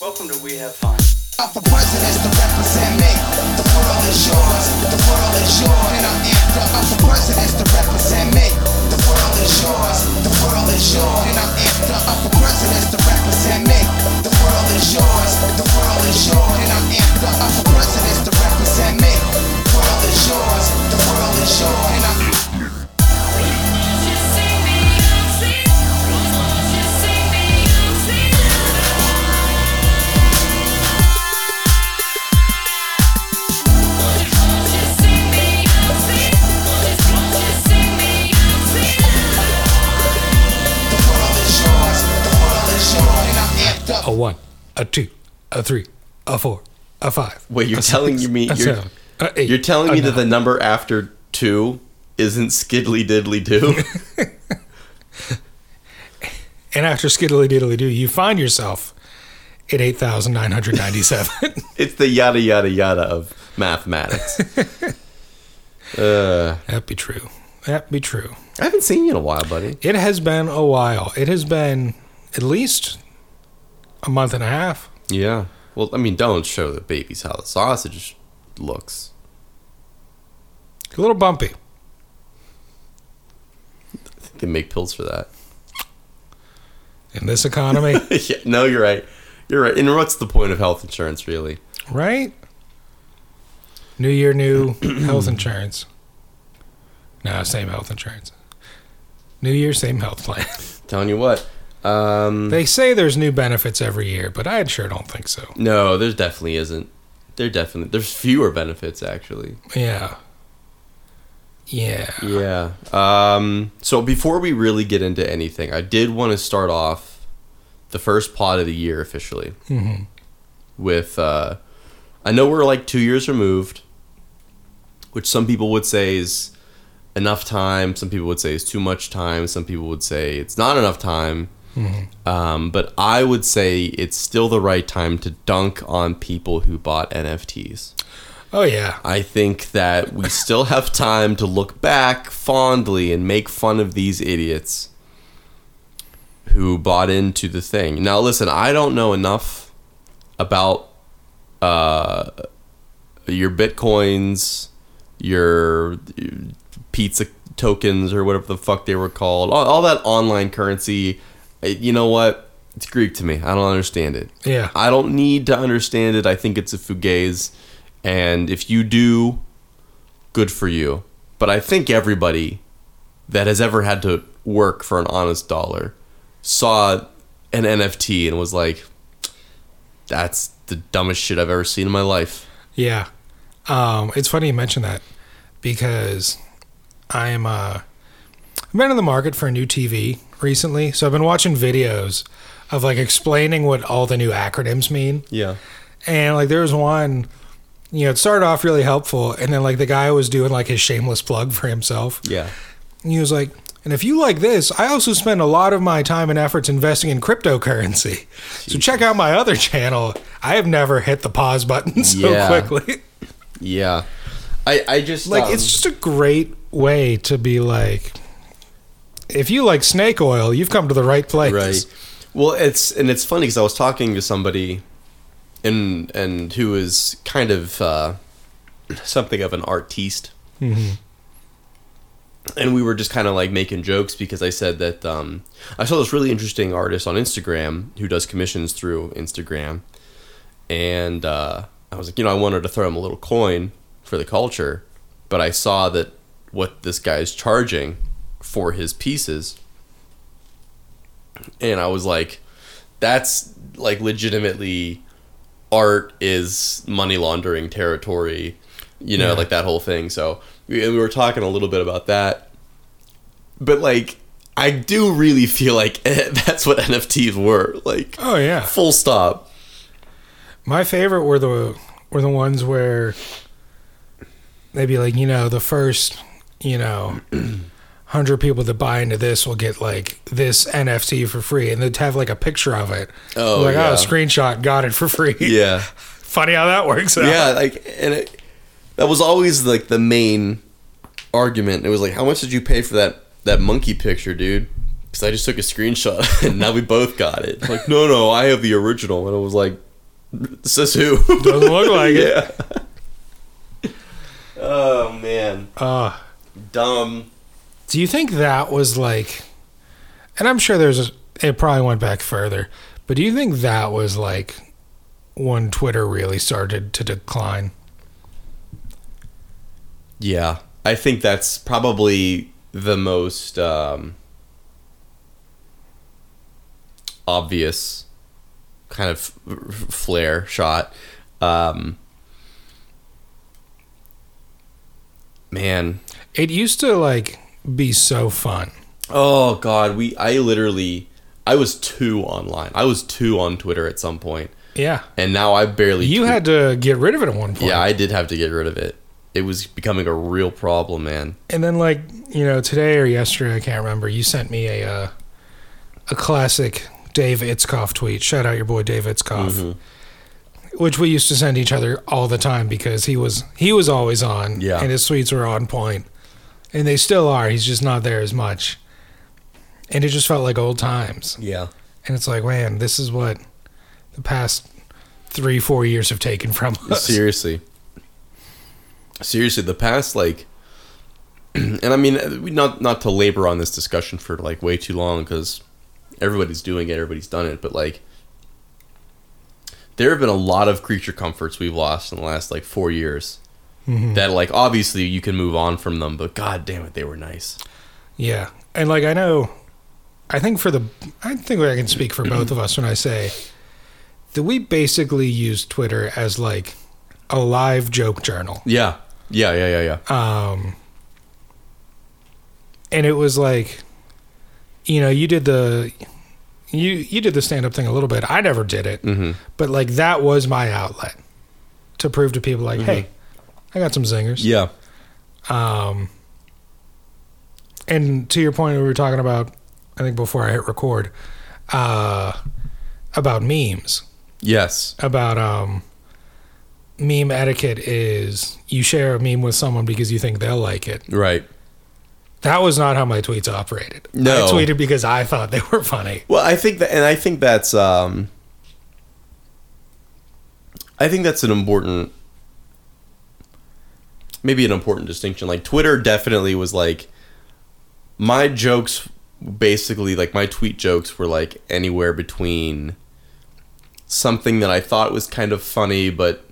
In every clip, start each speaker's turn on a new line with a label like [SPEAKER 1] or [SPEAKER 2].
[SPEAKER 1] Welcome to We Have Fun.
[SPEAKER 2] Up for presidents to represent me. The world is yours, the world is yours, and I'm amped up. Up for presidents to represent me. The world is yours, the world is yours, and I'm amped up. Up for presidents to represent me. The world is yours, the world is yours, and I'm amped up. Up for presidents to represent me. The world is yours, the world is yours, and I'm the world is yours, the world is yours, and I'm amped up.
[SPEAKER 3] a one, a two, a three, a four, a five.
[SPEAKER 4] Wait, you're
[SPEAKER 3] a
[SPEAKER 4] telling
[SPEAKER 3] six,
[SPEAKER 4] me-
[SPEAKER 3] a uh,
[SPEAKER 4] you're-
[SPEAKER 3] seven, a eight,
[SPEAKER 4] You're telling
[SPEAKER 3] a
[SPEAKER 4] me that the
[SPEAKER 3] nine.
[SPEAKER 4] number after two isn't skiddly diddly do?
[SPEAKER 3] and after skiddly diddly do, you find yourself at eight thousand nine hundred ninety-seven.
[SPEAKER 4] it's the yada yada yada of mathematics. uh,
[SPEAKER 3] that be true. That be true.
[SPEAKER 4] I haven't seen you in a while, buddy.
[SPEAKER 3] It has been a while. It has been at least a month and a half.
[SPEAKER 4] Yeah. Well, I mean, don't show the babies how the sausage looks.
[SPEAKER 3] A little bumpy.
[SPEAKER 4] I think they make pills for that.
[SPEAKER 3] in this economy,
[SPEAKER 4] yeah, no, you're right. You're right. And what's the point of health insurance, really?
[SPEAKER 3] right? New year, new health insurance. No, same health insurance. New year, same health plan.
[SPEAKER 4] Telling you what. Um,
[SPEAKER 3] they say there's new benefits every year, but I sure don't think so.
[SPEAKER 4] no, there definitely isn't. There definitely there's fewer benefits actually.
[SPEAKER 3] Yeah. Yeah.
[SPEAKER 4] Yeah. Um, so before we really get into anything, I did want to start off the first pod of the year officially
[SPEAKER 3] Mhm.
[SPEAKER 4] with. Uh, I know we're like two years removed, which some people would say is enough time. Some people would say is too much time. Some people would say it's not enough time. Um, but I would say it's still the right time to dunk on people who bought NFTs.
[SPEAKER 3] Oh, yeah.
[SPEAKER 4] I think that we still have time to look back fondly and make fun of these idiots who bought into the thing. Now, listen, I don't know enough about uh, your bitcoins, your pizza tokens, or whatever the fuck they were called, all, all that online currency. Uh, You know what? It's Greek to me. I don't understand it.
[SPEAKER 3] Yeah.
[SPEAKER 4] I don't need to understand it. I think it's a fugaze. And if you do, good for you. But I think everybody that has ever had to work for an honest dollar saw an NFT and was like, that's the dumbest shit I've ever seen in my life.
[SPEAKER 3] Yeah. Um, it's funny you mention that because I'm uh I've been in the market for a new TV recently. So I've been watching videos of like explaining what all the new acronyms mean.
[SPEAKER 4] Yeah.
[SPEAKER 3] And like there was one, you know, it started off really helpful and then like the guy was doing like his shameless plug for himself.
[SPEAKER 4] Yeah.
[SPEAKER 3] And he was like, and if you like this, I also spend a lot of my time and efforts investing in cryptocurrency. So check out my other channel. I have never hit the pause button so
[SPEAKER 4] Yeah.
[SPEAKER 3] quickly.
[SPEAKER 4] Yeah. I, I just
[SPEAKER 3] like
[SPEAKER 4] um,
[SPEAKER 3] it's just a great way to be like if you like snake oil you've come to the right place
[SPEAKER 4] right well it's and it's funny because i was talking to somebody and and who is kind of uh something of an artiste and we were just kind of like making jokes because i said that um i saw this really interesting artist on instagram who does commissions through instagram and uh i was like you know i wanted to throw him a little coin for the culture but i saw that what this guy's charging for his pieces and I was like, that's like legitimately art is money laundering territory, you know,
[SPEAKER 3] Yeah.
[SPEAKER 4] like that whole thing. So we, and we were talking a little bit about that, but like I do really feel like that's what NFTs were like.
[SPEAKER 3] oh yeah
[SPEAKER 4] Full stop.
[SPEAKER 3] my favorite were the were the ones where they'd be like you know the first you know 100 people that buy into this will get like this nft for free and they'd have like a picture of it
[SPEAKER 4] Oh,
[SPEAKER 3] like
[SPEAKER 4] yeah.
[SPEAKER 3] oh screenshot got it for free
[SPEAKER 4] Yeah.
[SPEAKER 3] funny how that works out
[SPEAKER 4] yeah like and it, that was always like the main argument it was like how much did you pay for that that monkey picture dude because i just took a screenshot and now we both got it like no no i have the original and it was like Says who?
[SPEAKER 3] Doesn't look like it.
[SPEAKER 4] yeah. oh man,
[SPEAKER 3] Uh,
[SPEAKER 4] dumb.
[SPEAKER 3] do you think that was like, and I'm sure there's, it probably went back further, but do you think that was like when Twitter really started to decline?
[SPEAKER 4] Yeah, I think that's probably the most um, obvious kind of f- f- flare shot. Um, man,
[SPEAKER 3] It used to like be so fun.
[SPEAKER 4] Oh God, we I literally I was two online. I was two on Twitter at some point,
[SPEAKER 3] Yeah.
[SPEAKER 4] and now I barely.
[SPEAKER 3] You
[SPEAKER 4] tweet-
[SPEAKER 3] had to get rid of it at one point.
[SPEAKER 4] yeah, I did have to get rid of it. It was becoming a real problem, man.
[SPEAKER 3] And then like, you know, today or yesterday, I can't remember, you sent me a uh, a classic Dave Itzkoff tweet. Shout out your boy Dave Itzkoff.
[SPEAKER 4] Mm-hmm.
[SPEAKER 3] Which we used to send each other all the time because he was he was always on
[SPEAKER 4] Yeah.
[SPEAKER 3] and his tweets were on point. And they still are. He's just not there as much. And it just felt like old times.
[SPEAKER 4] Yeah,
[SPEAKER 3] And it's like, man, this is what the past three, four years have taken from us.
[SPEAKER 4] seriously, seriously, the past like, and I mean, we not not to labor on this discussion for like way too long because everybody's doing it, everybody's done it, but like. There have been a lot of creature comforts we've lost in the last like four years.
[SPEAKER 3] Mhm.
[SPEAKER 4] that like obviously you can move on from them, but god damn it, they were nice.
[SPEAKER 3] Yeah. And like I know I think for the I think I can speak for both of us when I say that we basically use Twitter as like a live joke journal.
[SPEAKER 4] Yeah. Yeah, yeah, yeah, yeah.
[SPEAKER 3] Um and it was like you know, you did the you you did the stand up thing a little bit. I never did it.
[SPEAKER 4] Mhm.
[SPEAKER 3] But like that was my outlet to prove to people like, "Hey, I got some zingers."
[SPEAKER 4] Yeah.
[SPEAKER 3] Um, and to your point, we were talking about, I think before I hit record, uh, about memes,
[SPEAKER 4] Yes.
[SPEAKER 3] about um, meme etiquette is you share a meme with someone because you think they'll like it.
[SPEAKER 4] Right.
[SPEAKER 3] That was not how my tweets operated.
[SPEAKER 4] No.
[SPEAKER 3] I tweeted because I thought they were funny.
[SPEAKER 4] Well, I think that and I think that's um I think that's an important maybe an important distinction. Like Twitter definitely was like my jokes basically like my tweet jokes were like anywhere between something that I thought was kind of funny but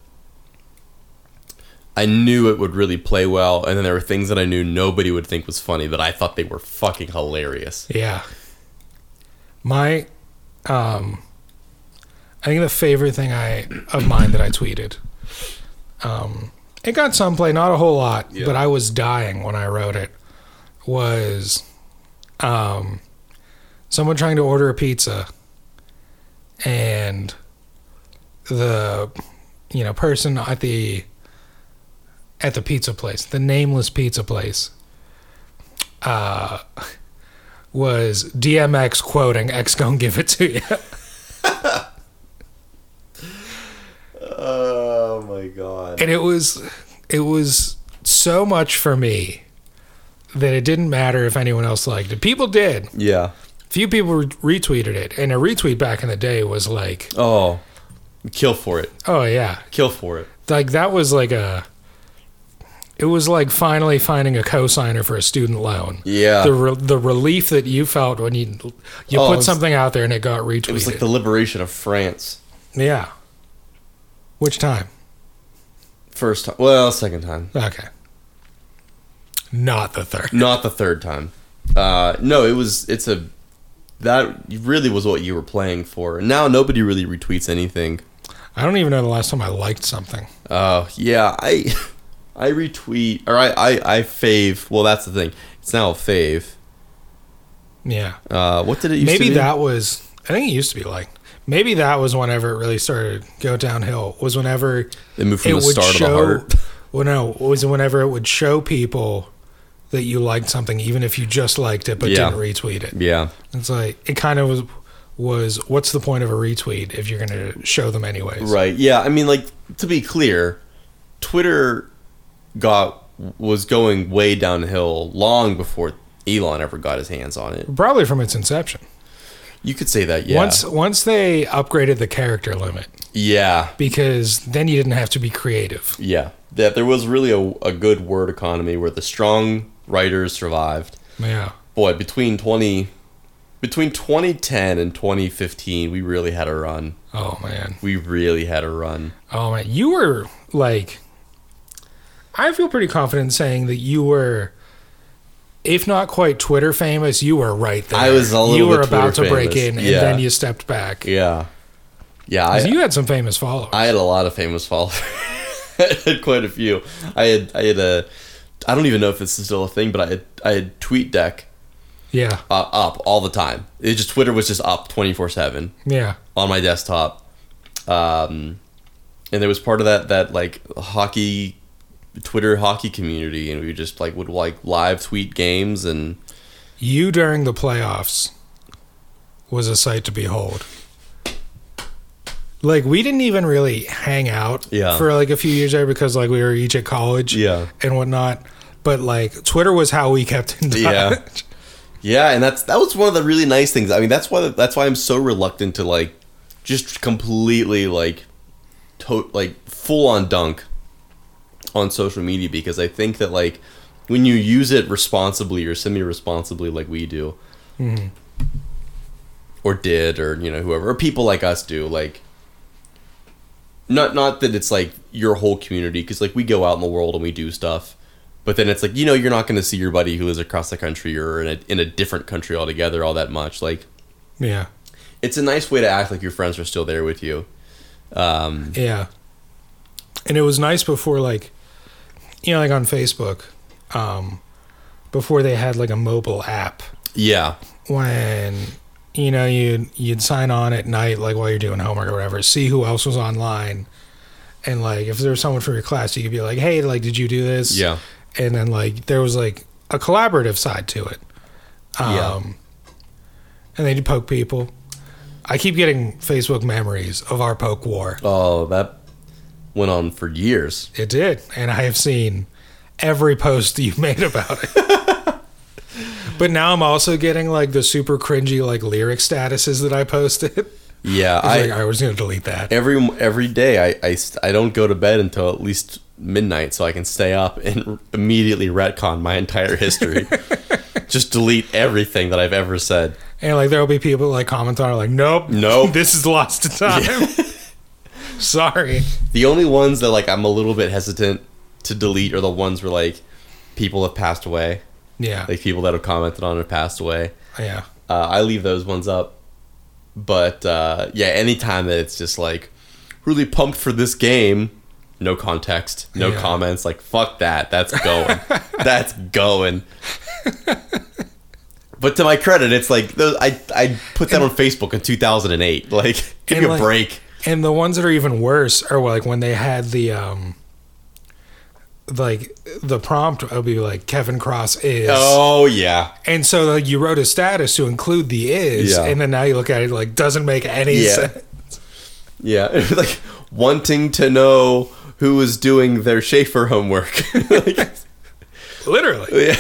[SPEAKER 4] I knew it would really play well and then there were things that I knew nobody would think was funny that I thought they were fucking hilarious.
[SPEAKER 3] Yeah. My, um, I think the favorite thing I of mine that I tweeted, um, it got some play, not a whole lot,
[SPEAKER 4] Yeah.
[SPEAKER 3] but I was dying when I wrote it. Was, um, someone trying to order a pizza, and the, you know, person at the, at the pizza place, the nameless pizza place, uh was DMX quoting X gonna give it to you.
[SPEAKER 4] Oh my god.
[SPEAKER 3] And it was it was so much for me that it didn't matter if anyone else liked it. People did.
[SPEAKER 4] Yeah.
[SPEAKER 3] Few people re- retweeted it. And a retweet back in the day was like,
[SPEAKER 4] Oh. Kill for it.
[SPEAKER 3] oh yeah.
[SPEAKER 4] Kill for it.
[SPEAKER 3] Like that was like a it was like finally finding a cosigner for a student loan.
[SPEAKER 4] Yeah.
[SPEAKER 3] The, re- the relief that you felt when you you
[SPEAKER 4] Uh, Oh, it
[SPEAKER 3] put
[SPEAKER 4] was-
[SPEAKER 3] something out there and it got retweeted.
[SPEAKER 4] it was like the liberation of France.
[SPEAKER 3] yeah. Which time?
[SPEAKER 4] First time. Well, second time.
[SPEAKER 3] Okay. Not the third.
[SPEAKER 4] Not the third time. Uh no, it was it's a that really was what you were playing for. Now nobody really retweets anything.
[SPEAKER 3] I don't even know the last time I liked something.
[SPEAKER 4] Uh yeah, I I retweet or I I, I fave. Well, that's the thing. It's now a fave.
[SPEAKER 3] Yeah.
[SPEAKER 4] Uh what did it used
[SPEAKER 3] Maybe
[SPEAKER 4] to be?
[SPEAKER 3] that was, I think it used to be like, maybe that was whenever it really started to go downhill, was whenever
[SPEAKER 4] It moved from
[SPEAKER 3] it
[SPEAKER 4] the
[SPEAKER 3] would
[SPEAKER 4] start of the
[SPEAKER 3] show,
[SPEAKER 4] heart.
[SPEAKER 3] well, no, was whenever it would show people that you liked something, even if you just liked it but
[SPEAKER 4] Yeah.
[SPEAKER 3] didn't retweet it.
[SPEAKER 4] Yeah.
[SPEAKER 3] It's like, it kind of was, was what's the point of a retweet if you're going to show them anyways?
[SPEAKER 4] Right. Yeah. I mean, like to be clear, Twitter got was going way downhill long before Elon ever got his hands on it.
[SPEAKER 3] Probably from its inception.
[SPEAKER 4] You could say that, yeah.
[SPEAKER 3] Once once they upgraded the character limit
[SPEAKER 4] yeah,
[SPEAKER 3] because then you didn't have to be creative.
[SPEAKER 4] yeah. That there was really a, a good word economy where the strong writers survived.
[SPEAKER 3] Yeah.
[SPEAKER 4] Boy, between 20 between 2010 and 2015, we really had a run.
[SPEAKER 3] Oh man.
[SPEAKER 4] We really had a run.
[SPEAKER 3] Oh man, you were like I feel pretty confident saying that you were if not quite Twitter famous, you were right there.
[SPEAKER 4] I was a little
[SPEAKER 3] You were
[SPEAKER 4] bit
[SPEAKER 3] about
[SPEAKER 4] Twitter
[SPEAKER 3] to break
[SPEAKER 4] famous.
[SPEAKER 3] in and
[SPEAKER 4] Yeah.
[SPEAKER 3] then you stepped back.
[SPEAKER 4] Yeah. Yeah, I,
[SPEAKER 3] 'Cause you had some famous followers.
[SPEAKER 4] I had a lot of famous followers. I had quite a few. I had I had a I don't even know if this is still a thing, but I had I had TweetDeck
[SPEAKER 3] yeah.
[SPEAKER 4] uh, up all the time. It just Twitter was just up twenty four seven
[SPEAKER 3] Yeah.
[SPEAKER 4] on my desktop. Um, and there was part of that that like hockey Twitter hockey community, and we just like would like live tweet games and
[SPEAKER 3] You during the playoffs was a sight to behold. Like we didn't even really hang out
[SPEAKER 4] Yeah.
[SPEAKER 3] for like a few years there because like we were each at college
[SPEAKER 4] Yeah.
[SPEAKER 3] and whatnot. But like Twitter was how we kept in touch.
[SPEAKER 4] Yeah. Yeah, and that's that was one of the really nice things. I mean, that's why that's why I'm so reluctant to like just completely like to like full on dunk on social media because I think that like when you use it responsibly or semi responsibly like we do or did or you know whoever or people like us do like not not that it's like your whole community because like we go out in the world and we do stuff but then it's like you know you're not going to see your buddy who lives across the country or in a, in a different country altogether all that much like
[SPEAKER 3] Yeah.
[SPEAKER 4] it's a nice way to act like your friends are still there with you um,
[SPEAKER 3] Yeah. And it was nice before like you know, like on Facebook, um, before they had like a mobile app
[SPEAKER 4] yeah
[SPEAKER 3] when you know you'd you'd sign on at night like while you're doing homework or whatever see who else was online and like if there was someone from your class you could be like hey like did you do this
[SPEAKER 4] yeah
[SPEAKER 3] and then like there was like a collaborative side to it um
[SPEAKER 4] Yeah.
[SPEAKER 3] and they'd poke people i keep getting facebook memories of our poke war
[SPEAKER 4] oh that went on for years
[SPEAKER 3] it did and i have seen every post you've made about it but now i'm also getting like the super cringy like lyric statuses that i posted
[SPEAKER 4] yeah
[SPEAKER 3] I,
[SPEAKER 4] I,
[SPEAKER 3] like, I was going to delete that.
[SPEAKER 4] every every day I, I st- I don't go to bed until at least midnight so I can stay up and immediately retcon my entire history. Just delete everything that I've ever said.
[SPEAKER 3] And like, there will be people like comment on it, like, nope,
[SPEAKER 4] Nope.
[SPEAKER 3] this is lost to time. Sorry.
[SPEAKER 4] The only ones that like I'm a little bit hesitant to delete are the ones where like people have passed away,
[SPEAKER 3] Yeah.
[SPEAKER 4] like people that have commented on have passed away.
[SPEAKER 3] yeah.
[SPEAKER 4] Uh, I leave those ones up. But uh, yeah, anytime that it's just like really pumped for this game, no context, no
[SPEAKER 3] Yeah.
[SPEAKER 4] comments, like fuck that, that's going, that's going. But to my credit, it's like those, I I put that on Facebook in 2008. Like, give
[SPEAKER 3] And,
[SPEAKER 4] me a
[SPEAKER 3] like-
[SPEAKER 4] break.
[SPEAKER 3] And the ones that are even worse are like when they had the, um, like the prompt would be like Kevin Cross is,
[SPEAKER 4] Oh yeah,
[SPEAKER 3] and so like you wrote a status to include the is,
[SPEAKER 4] Yeah.
[SPEAKER 3] and then now you look at it like doesn't make any
[SPEAKER 4] Yeah.
[SPEAKER 3] sense.
[SPEAKER 4] yeah. like wanting to know who was doing their Schaefer homework. like,
[SPEAKER 3] Literally.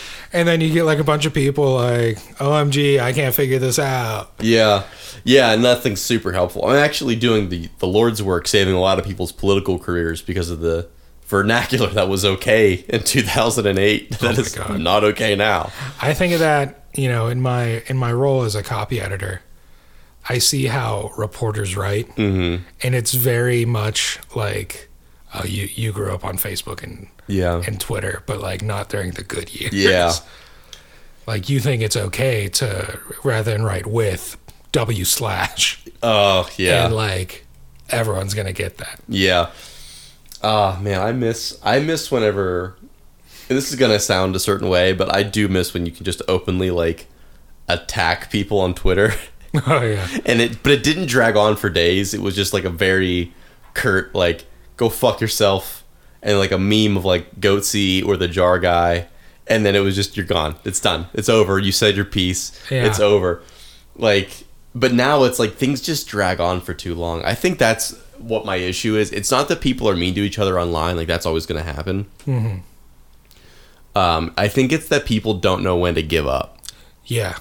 [SPEAKER 3] and then you get like a bunch of people like, OMG, I can't figure this out.
[SPEAKER 4] Yeah, yeah, nothing super helpful. I'm actually doing the the Lord's work, saving a lot of people's political careers because of the vernacular that was okay in 2008. That
[SPEAKER 3] Oh my
[SPEAKER 4] is
[SPEAKER 3] God.
[SPEAKER 4] not okay now.
[SPEAKER 3] I think of that, you know, in my in my role as a copy editor, I see how reporters write, mm-hmm. and it's very much like uh, you you grew up on Facebook and
[SPEAKER 4] Yeah,
[SPEAKER 3] and Twitter, but like not during the good years.
[SPEAKER 4] Oh. Yeah.
[SPEAKER 3] like you think it's okay to rather than write with W slash,
[SPEAKER 4] oh yeah,
[SPEAKER 3] and like everyone's gonna get that.
[SPEAKER 4] yeah. Ah man, I miss I miss whenever. and This is gonna sound a certain way, but I do miss when you can just openly like attack people on Twitter.
[SPEAKER 3] oh yeah,
[SPEAKER 4] and it but it didn't drag on for days it was just like a very curt like go fuck yourself and like a meme of like goatsy or the jar guy and then it was just you're gone it's done it's over you said your piece
[SPEAKER 3] Yeah.
[SPEAKER 4] it's over like but now it's like things just drag on for too long i think that's what my issue is it's not that people are mean to each other online like that's always going to happen um, i think it's that people don't know when to give up
[SPEAKER 3] yeah.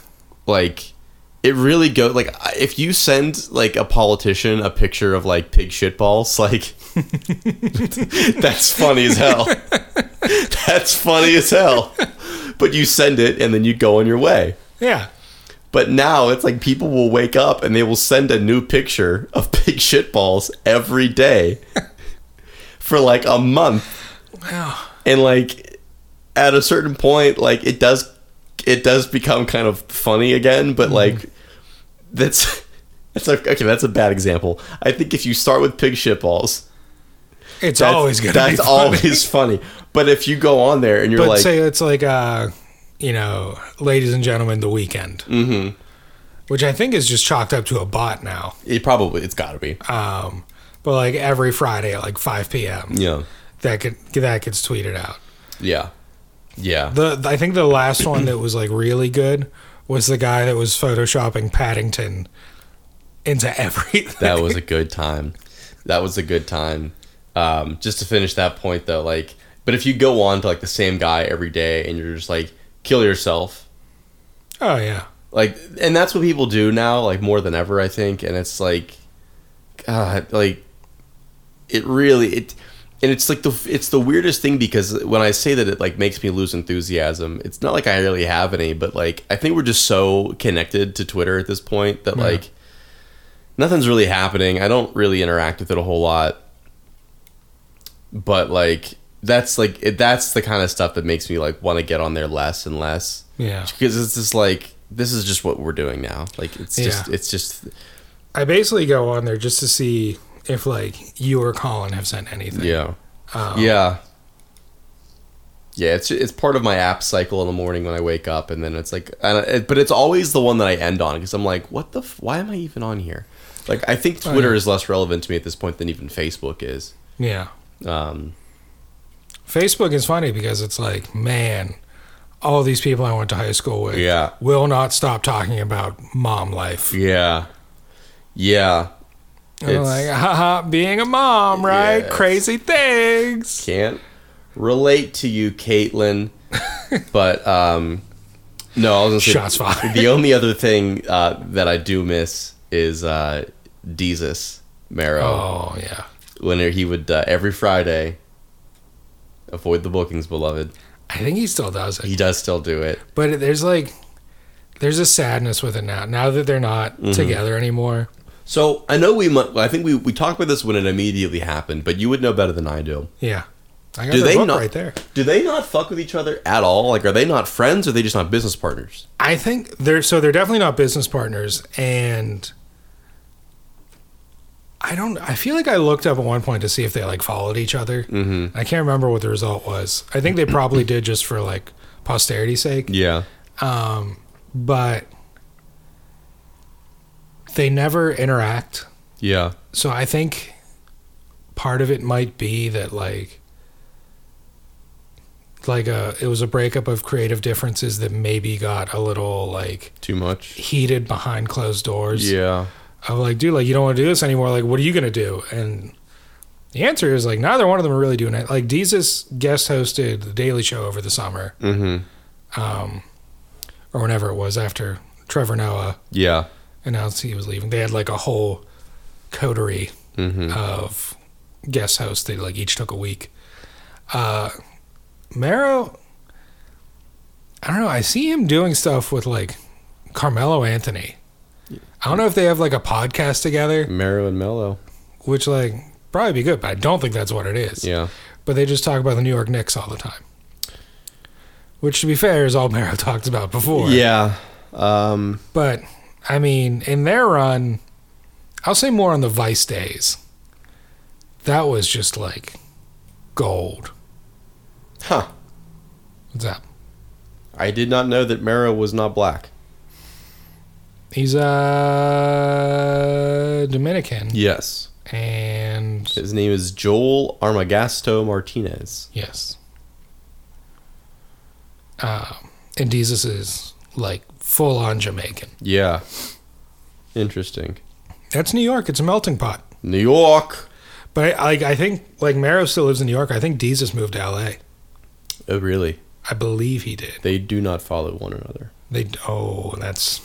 [SPEAKER 4] like it really goes like I- if you send like a politician a picture of like pig shit balls, like that's funny as hell. that's funny as hell. But you send it and then you go on your way.
[SPEAKER 3] Yeah.
[SPEAKER 4] But now it's like people will wake up and they will send a new picture of pig shit balls every day for like a month.
[SPEAKER 3] Wow.
[SPEAKER 4] And like at a certain point, like it does it does become kind of funny
[SPEAKER 3] Mm-hmm.
[SPEAKER 4] again, but like that's that's like okay, that's a bad example. I think if you start with pig shit balls,
[SPEAKER 3] It's
[SPEAKER 4] that's
[SPEAKER 3] always gonna
[SPEAKER 4] that's
[SPEAKER 3] be funny.
[SPEAKER 4] always funny. But if you go on there and you're
[SPEAKER 3] But
[SPEAKER 4] like
[SPEAKER 3] say it's like uh you know, ladies and gentlemen, the weekend. Mm-hmm. Which I think is just chalked up to a bot now.
[SPEAKER 4] it probably it's gotta be.
[SPEAKER 3] Um but like every Friday at like five PM
[SPEAKER 4] yeah.
[SPEAKER 3] that could that gets tweeted out.
[SPEAKER 4] Yeah. Yeah.
[SPEAKER 3] The I think the last one that was like really good was the guy that was photoshopping Paddington into everything.
[SPEAKER 4] that was a good time. That was a good time. Um, just to finish that point though, like, but if you go on to like the same guy every day and you're just like kill yourself,
[SPEAKER 3] oh yeah.
[SPEAKER 4] like, and that's what people do now, like more than ever, I think. And it's like, God, like, it really it, and it's like the it's the weirdest thing because when I say that it like makes me lose enthusiasm, it's not like I really have any, but like I think we're just so connected to Twitter at this point that
[SPEAKER 3] Yeah.
[SPEAKER 4] like nothing's really happening. I don't really interact with it a whole lot. But like that's like it, that's the kind of stuff that makes me like want to get on there less and less.
[SPEAKER 3] Yeah.
[SPEAKER 4] Because it's just like this is just what we're doing now. Like it's just
[SPEAKER 3] Yeah.
[SPEAKER 4] it's just
[SPEAKER 3] I basically go on there just to see if like you or Colin have sent anything.
[SPEAKER 4] yeah.
[SPEAKER 3] Um,
[SPEAKER 4] Yeah. Yeah, it's it's part of my app cycle in the morning when I wake up, and then it's like, and I- it, but it's always the one that I end on because I'm like, what the? F- why am I even on here? Like, I think
[SPEAKER 3] Oh,
[SPEAKER 4] Twitter
[SPEAKER 3] yeah.
[SPEAKER 4] is less relevant to me at this point than even Facebook is.
[SPEAKER 3] Yeah.
[SPEAKER 4] Um,
[SPEAKER 3] Facebook is funny because it's like, man, all these people I went to high school with
[SPEAKER 4] Yeah.
[SPEAKER 3] will not stop talking about mom life.
[SPEAKER 4] yeah, yeah.
[SPEAKER 3] And I'm
[SPEAKER 4] It's-
[SPEAKER 3] like, haha, being a mom, right?
[SPEAKER 4] Yes.
[SPEAKER 3] Crazy things.
[SPEAKER 4] Can't relate to you, Caitlin. but um, no, I was gonna say,
[SPEAKER 3] Shots fired.
[SPEAKER 4] The only other thing uh, that I do miss is uh, Jesus Marrow.
[SPEAKER 3] Oh yeah.
[SPEAKER 4] when he would uh, every Friday avoid the bookings, beloved.
[SPEAKER 3] I think he still does it.
[SPEAKER 4] He does still do it.
[SPEAKER 3] but there's like there's a sadness with it now. Now that they're not
[SPEAKER 4] Mm-hmm.
[SPEAKER 3] together anymore.
[SPEAKER 4] So I know we. mu- I think we we talked about this when it immediately happened, but you would know better than I do.
[SPEAKER 3] Yeah. I got
[SPEAKER 4] Do
[SPEAKER 3] the
[SPEAKER 4] they
[SPEAKER 3] book
[SPEAKER 4] not-
[SPEAKER 3] right there.
[SPEAKER 4] Do they not fuck with each other at all? Like, are they not friends? Or are they just not business partners?
[SPEAKER 3] I think they're so they're definitely not business partners and I don't I feel like I looked up at one point to see if they like followed each other. Mm-hmm. I can't remember what the result was. I think they probably did just for like posterity's sake.
[SPEAKER 4] Yeah.
[SPEAKER 3] Um but they never interact.
[SPEAKER 4] Yeah.
[SPEAKER 3] So I think part of it might be that like like a it was a breakup of creative differences that maybe got a little like
[SPEAKER 4] Too much.
[SPEAKER 3] heated behind closed doors.
[SPEAKER 4] Yeah.
[SPEAKER 3] Of like, dude, like you don't want to do this anymore. Like, what are you gonna do? And the answer is like neither one of them are really doing it. Like Jesus guest hosted the Daily Show over the summer,
[SPEAKER 4] Mm-hmm.
[SPEAKER 3] um, or whenever it was after Trevor Noah
[SPEAKER 4] Yeah.
[SPEAKER 3] announced he was leaving. They had like a whole coterie
[SPEAKER 4] Mm-hmm.
[SPEAKER 3] of guest hosts. They like each took a week. Uh, Mero, I don't know. I see him doing stuff with like Carmelo Anthony. I don't know if they have like a podcast together,
[SPEAKER 4] Marrow and Mellow.
[SPEAKER 3] which like probably be good, but I don't think that's what it is.
[SPEAKER 4] Yeah.
[SPEAKER 3] But they just talk about the New York Knicks all the time, which to be fair is all Mero talked about before.
[SPEAKER 4] Yeah. Um.
[SPEAKER 3] But I mean, in their run, I'll say more on the Vice days. That was just like gold.
[SPEAKER 4] Huh.
[SPEAKER 3] What's up?
[SPEAKER 4] I did not know that Marrow was not black.
[SPEAKER 3] He's uh Dominican
[SPEAKER 4] Yes.
[SPEAKER 3] and
[SPEAKER 4] His name is Joel Armagasto Martinez.
[SPEAKER 3] yes. Uh, and Jesus is like full on Jamaican.
[SPEAKER 4] Yeah. Interesting.
[SPEAKER 3] That's New York. It's a melting pot.
[SPEAKER 4] New York.
[SPEAKER 3] But I, I, I think like Mero still lives in New York. I think Jesus moved to LA.
[SPEAKER 4] Oh, really?
[SPEAKER 3] I believe he did.
[SPEAKER 4] They do not follow one another.
[SPEAKER 3] They oh that's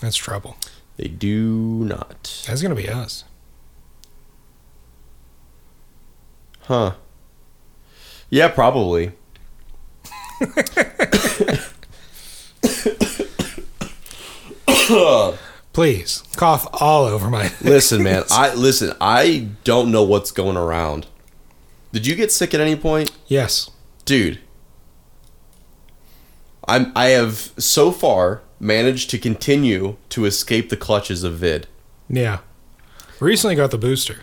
[SPEAKER 3] That's trouble.
[SPEAKER 4] They do not.
[SPEAKER 3] That's gonna be us.
[SPEAKER 4] Huh. Yeah, probably.
[SPEAKER 3] Please cough all over my.
[SPEAKER 4] Listen, man. I listen. I don't know what's going around. Did you get sick at any point,
[SPEAKER 3] yes.
[SPEAKER 4] dude? I'm. I have so far managed to continue to escape the clutches of vid.
[SPEAKER 3] Yeah. Recently got the booster.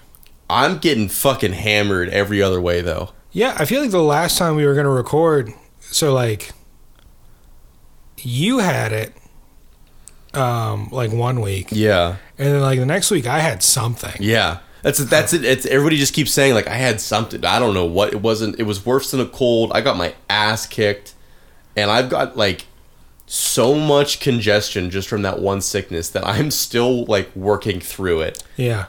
[SPEAKER 4] I'm getting fucking hammered every other way though.
[SPEAKER 3] Yeah, I feel like the last time we were gonna record, so like, you had it, um, like one week,
[SPEAKER 4] Yeah.
[SPEAKER 3] and then like the next week I had something.
[SPEAKER 4] Yeah. That's that's it. It's everybody just keeps saying like I had something. I don't know what it wasn't. It was worse than a cold. I got my ass kicked, and I've got like so much congestion just from that one sickness that I'm still like working through it.
[SPEAKER 3] Yeah.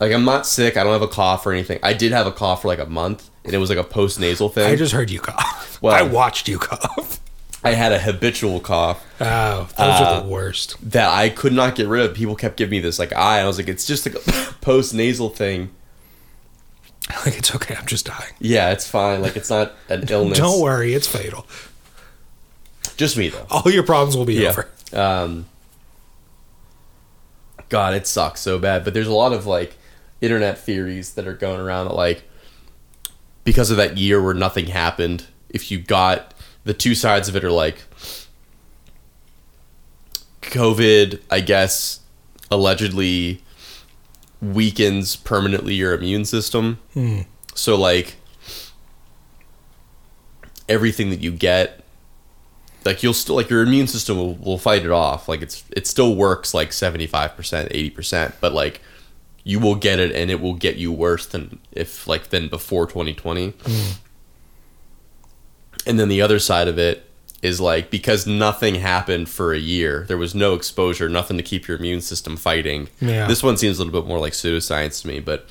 [SPEAKER 4] Like I'm not sick. I don't have a cough or anything. I did have a cough for like a month, and it was like a post nasal thing.
[SPEAKER 3] I
[SPEAKER 4] I,
[SPEAKER 3] just heard you cough.
[SPEAKER 4] Well-
[SPEAKER 3] I watched you cough.
[SPEAKER 4] had a habitual cough
[SPEAKER 3] Oh, those are
[SPEAKER 4] Uh,
[SPEAKER 3] the worst.
[SPEAKER 4] that I could not get rid of. People kept giving me this like eye. I was like, it's just like a post nasal thing.
[SPEAKER 3] Like it's okay. I'm just dying.
[SPEAKER 4] Yeah, it's fine. Like it's not an illness.
[SPEAKER 3] Don't worry, it's fatal.
[SPEAKER 4] Just me though.
[SPEAKER 3] All your problems will be
[SPEAKER 4] Yeah.
[SPEAKER 3] over.
[SPEAKER 4] Um, God, it sucks so bad. But there's a lot of like internet theories that are going around that like because of that year where nothing happened, if you got the two sides of it are like COVID, I guess, allegedly weakens permanently your immune system. So like everything that you get like you'll still like your immune system will, will fight it off like it's it still works like 75% 80% but like you will get it and it will get you worse than if like than before 2020 and then the other side of it is like because nothing happened for a year there was no exposure nothing to keep your immune system fighting
[SPEAKER 3] Yeah.
[SPEAKER 4] this one seems a little bit more like pseudoscience to me but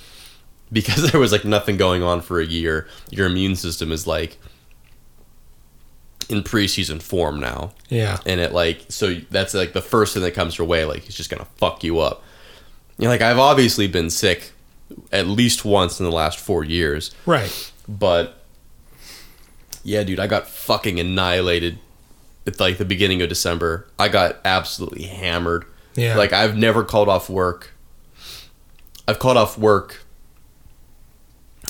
[SPEAKER 4] because there was like nothing going on for a year your immune system is like in preseason form now
[SPEAKER 3] Yeah.
[SPEAKER 4] and it like so that's like the first thing that comes your way like he's just gonna fuck you up you know, like i've obviously been sick at least once in the last four years
[SPEAKER 3] Right.
[SPEAKER 4] but yeah dude i got fucking annihilated at like the beginning of december i got absolutely hammered
[SPEAKER 3] Yeah.
[SPEAKER 4] like i've never called off work i've called off work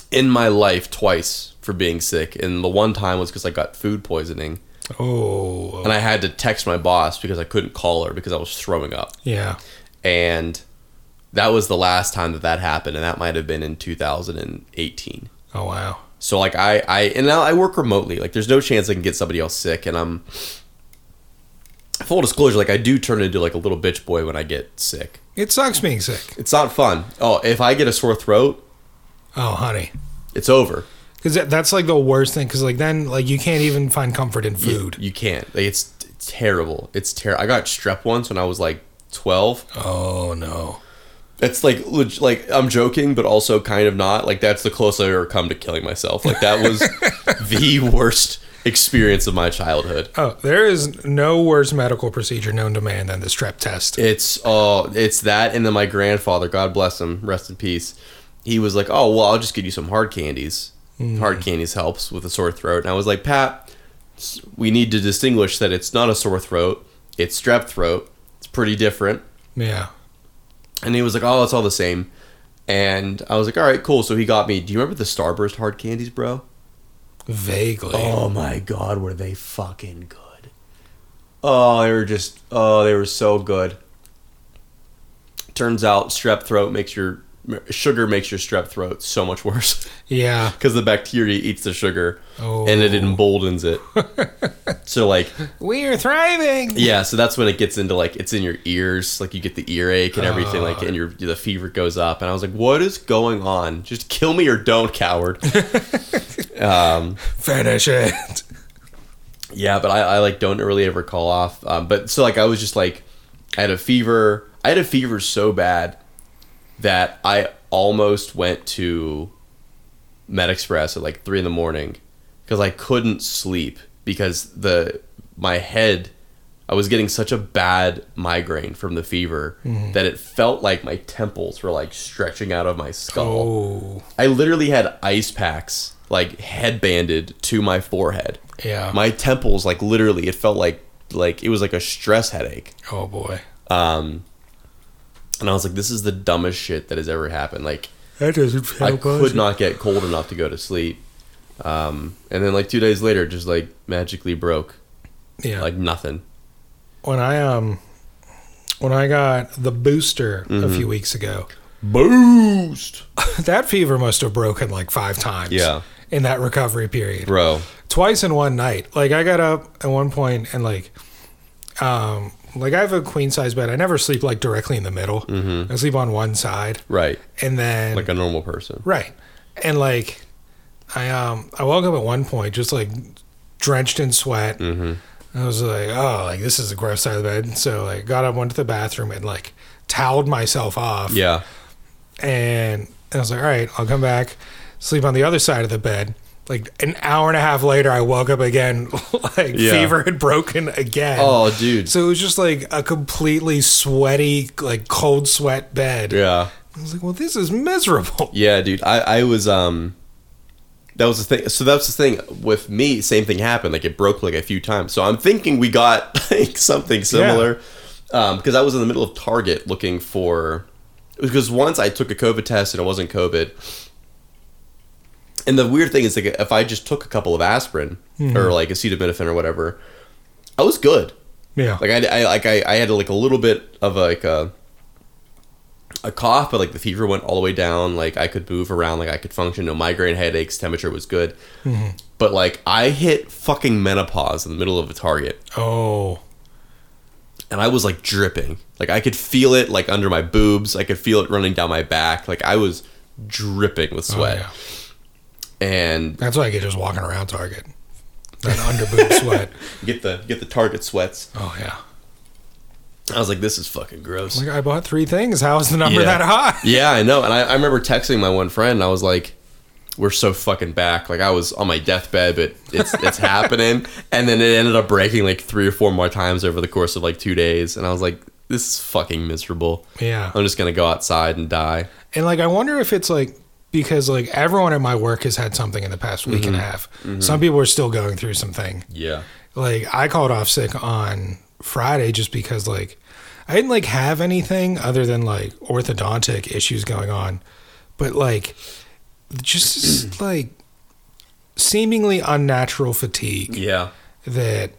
[SPEAKER 4] in my life twice for being sick and the one time was because i got food poisoning
[SPEAKER 3] Oh.
[SPEAKER 4] and I had to text my boss because I couldn't call her because I was throwing up.
[SPEAKER 3] Yeah.
[SPEAKER 4] And that was the last time that that happened, and that might have been in 2018.
[SPEAKER 3] Oh wow.
[SPEAKER 4] So like I I and now I work remotely. Like there's no chance I can get somebody else sick, and I'm full disclosure. Like I do turn into like a little bitch boy when I get sick.
[SPEAKER 3] It sucks being sick.
[SPEAKER 4] It's not fun. Oh, if I get a sore throat,
[SPEAKER 3] Oh, honey.
[SPEAKER 4] it's over.
[SPEAKER 3] Because that's like the worst thing. Because like then like you can't even find comfort in
[SPEAKER 4] You-
[SPEAKER 3] food.
[SPEAKER 4] You, can't. Like it's, it's terrible. It's terrible. I got strep once when I was like 12.
[SPEAKER 3] Oh no.
[SPEAKER 4] It's like leg- like I'm joking, but also kind of not. Like that's the closest I've ever come to killing myself. Like that was the worst experience of my childhood.
[SPEAKER 3] Oh, there is no worse medical procedure known to man than the strep test.
[SPEAKER 4] It's uh it's that and then my grandfather, God bless him, rest in peace. He was like, "Oh, well, I'll just get you some hard candies. Hard candies helps with a sore throat." And I was like, "Pat, s- we need to distinguish that it's not a sore throat. It's strep throat. It's pretty different."
[SPEAKER 3] Yeah.
[SPEAKER 4] And he was like, "Oh, it's all the same." And I was like, "All right, cool." So he got me. Do you remember the Starburst hard candies, bro?
[SPEAKER 3] Vaguely.
[SPEAKER 4] Oh my god, were they fucking good? Oh, they were just oh, they were so good. Turns out strep throat makes your sugar makes your strep throat so much worse
[SPEAKER 3] Yeah.
[SPEAKER 4] because the bacteria eats the sugar
[SPEAKER 3] Oh.
[SPEAKER 4] and it emboldens it. so like
[SPEAKER 3] We are thriving.
[SPEAKER 4] yeah, so that's when it gets into like it's in your ears, like you get the earache and everything, like and your the fever goes up. And I was like, what is going on? Just kill me or don't, coward.
[SPEAKER 3] Finish it.
[SPEAKER 4] Yeah, but I, I like don't really ever call off. Um, but so like I was just like I had a fever. I had a fever so bad that I almost went to MedExpress at like three in the morning because I couldn't sleep because the my head I was getting such a bad migraine from the fever that it felt like my temples were like stretching out of my
[SPEAKER 3] Oh,
[SPEAKER 4] skull. I literally had ice packs like headbanded to my forehead.
[SPEAKER 3] yeah.
[SPEAKER 4] My temples like literally it felt like like it was like a stress headache.
[SPEAKER 3] oh boy.
[SPEAKER 4] And I was like this is the dumbest shit that has ever happened. Like
[SPEAKER 3] That doesn't feel
[SPEAKER 4] I could not get cold enough to go to sleep. Um, and then like 2 days later just like magically broke.
[SPEAKER 3] Yeah.
[SPEAKER 4] Like nothing.
[SPEAKER 3] when I um when I got the booster
[SPEAKER 4] Mm-hmm.
[SPEAKER 3] a few weeks ago,
[SPEAKER 4] Boost.
[SPEAKER 3] that fever must have broken like five times.
[SPEAKER 4] Yeah.
[SPEAKER 3] In that recovery period.
[SPEAKER 4] Bro.
[SPEAKER 3] Twice in one night. Like I got up at one point and like um like I have a queen size bed. I never sleep like directly in the middle. I sleep on one side.
[SPEAKER 4] Right.
[SPEAKER 3] And then
[SPEAKER 4] Mm-hmm. Like a normal person.
[SPEAKER 3] Right. And like I um I woke up at one point just like drenched in sweat.
[SPEAKER 4] Mm-hmm.
[SPEAKER 3] I was like, oh, like this is the gross side of the bed. So like got up, went to the bathroom and like toweled myself off.
[SPEAKER 4] Yeah.
[SPEAKER 3] And I was like, all right, I'll come back, sleep on the other side of the bed. Like an hour and a half later I woke up again like
[SPEAKER 4] Yeah.
[SPEAKER 3] fever had broken again.
[SPEAKER 4] Oh, dude.
[SPEAKER 3] So it was just like a completely sweaty, like cold sweat bed.
[SPEAKER 4] yeah.
[SPEAKER 3] I was like, well, this is miserable.
[SPEAKER 4] Yeah, dude. I, I was um that was the thing. So that was the thing with me. Same thing happened. Like it broke like a few times. So I'm thinking we got like something similar. Um, because I was in the middle of Target looking for because once I took a COVID test and it wasn't COVID. And the weird thing is like if I just took a couple of aspirin or like acetaminophen or whatever, I was good.
[SPEAKER 3] Yeah.
[SPEAKER 4] Like I, I like I, I had like a little bit of like a a cough, but like the fever went all the way down. Like I could move around, like I could function. No migraine headaches. Temperature was good. But like I hit fucking menopause in the middle of a Target,
[SPEAKER 3] oh.
[SPEAKER 4] and I was like dripping. Like I could feel it like under my boobs. I could feel it running down my back. Like I was dripping with sweat.
[SPEAKER 3] Oh, yeah.
[SPEAKER 4] And
[SPEAKER 3] That's why I get just walking around Target. That underboob sweat.
[SPEAKER 4] get the get the Target sweats.
[SPEAKER 3] Oh yeah.
[SPEAKER 4] I was like, this is fucking gross.
[SPEAKER 3] Like I bought three things. How is the number
[SPEAKER 4] Yeah.
[SPEAKER 3] that high?
[SPEAKER 4] Yeah, I know. And I, I remember texting my one friend. And I was like, "We're so fucking back." Like I was on my deathbed, but it's it's happening. And then it ended up breaking like three or four more times over the course of like two days. And I was like, "This is fucking miserable."
[SPEAKER 3] Yeah.
[SPEAKER 4] I'm just gonna go outside and die.
[SPEAKER 3] And like I wonder if it's like because like everyone at my work has had something in the past week and a half. Some people are still going through something.
[SPEAKER 4] Yeah.
[SPEAKER 3] Like I called off sick on Friday just because like I didn't like have anything other than like orthodontic issues going on. But like just this, like seemingly unnatural fatigue.
[SPEAKER 4] Yeah.
[SPEAKER 3] that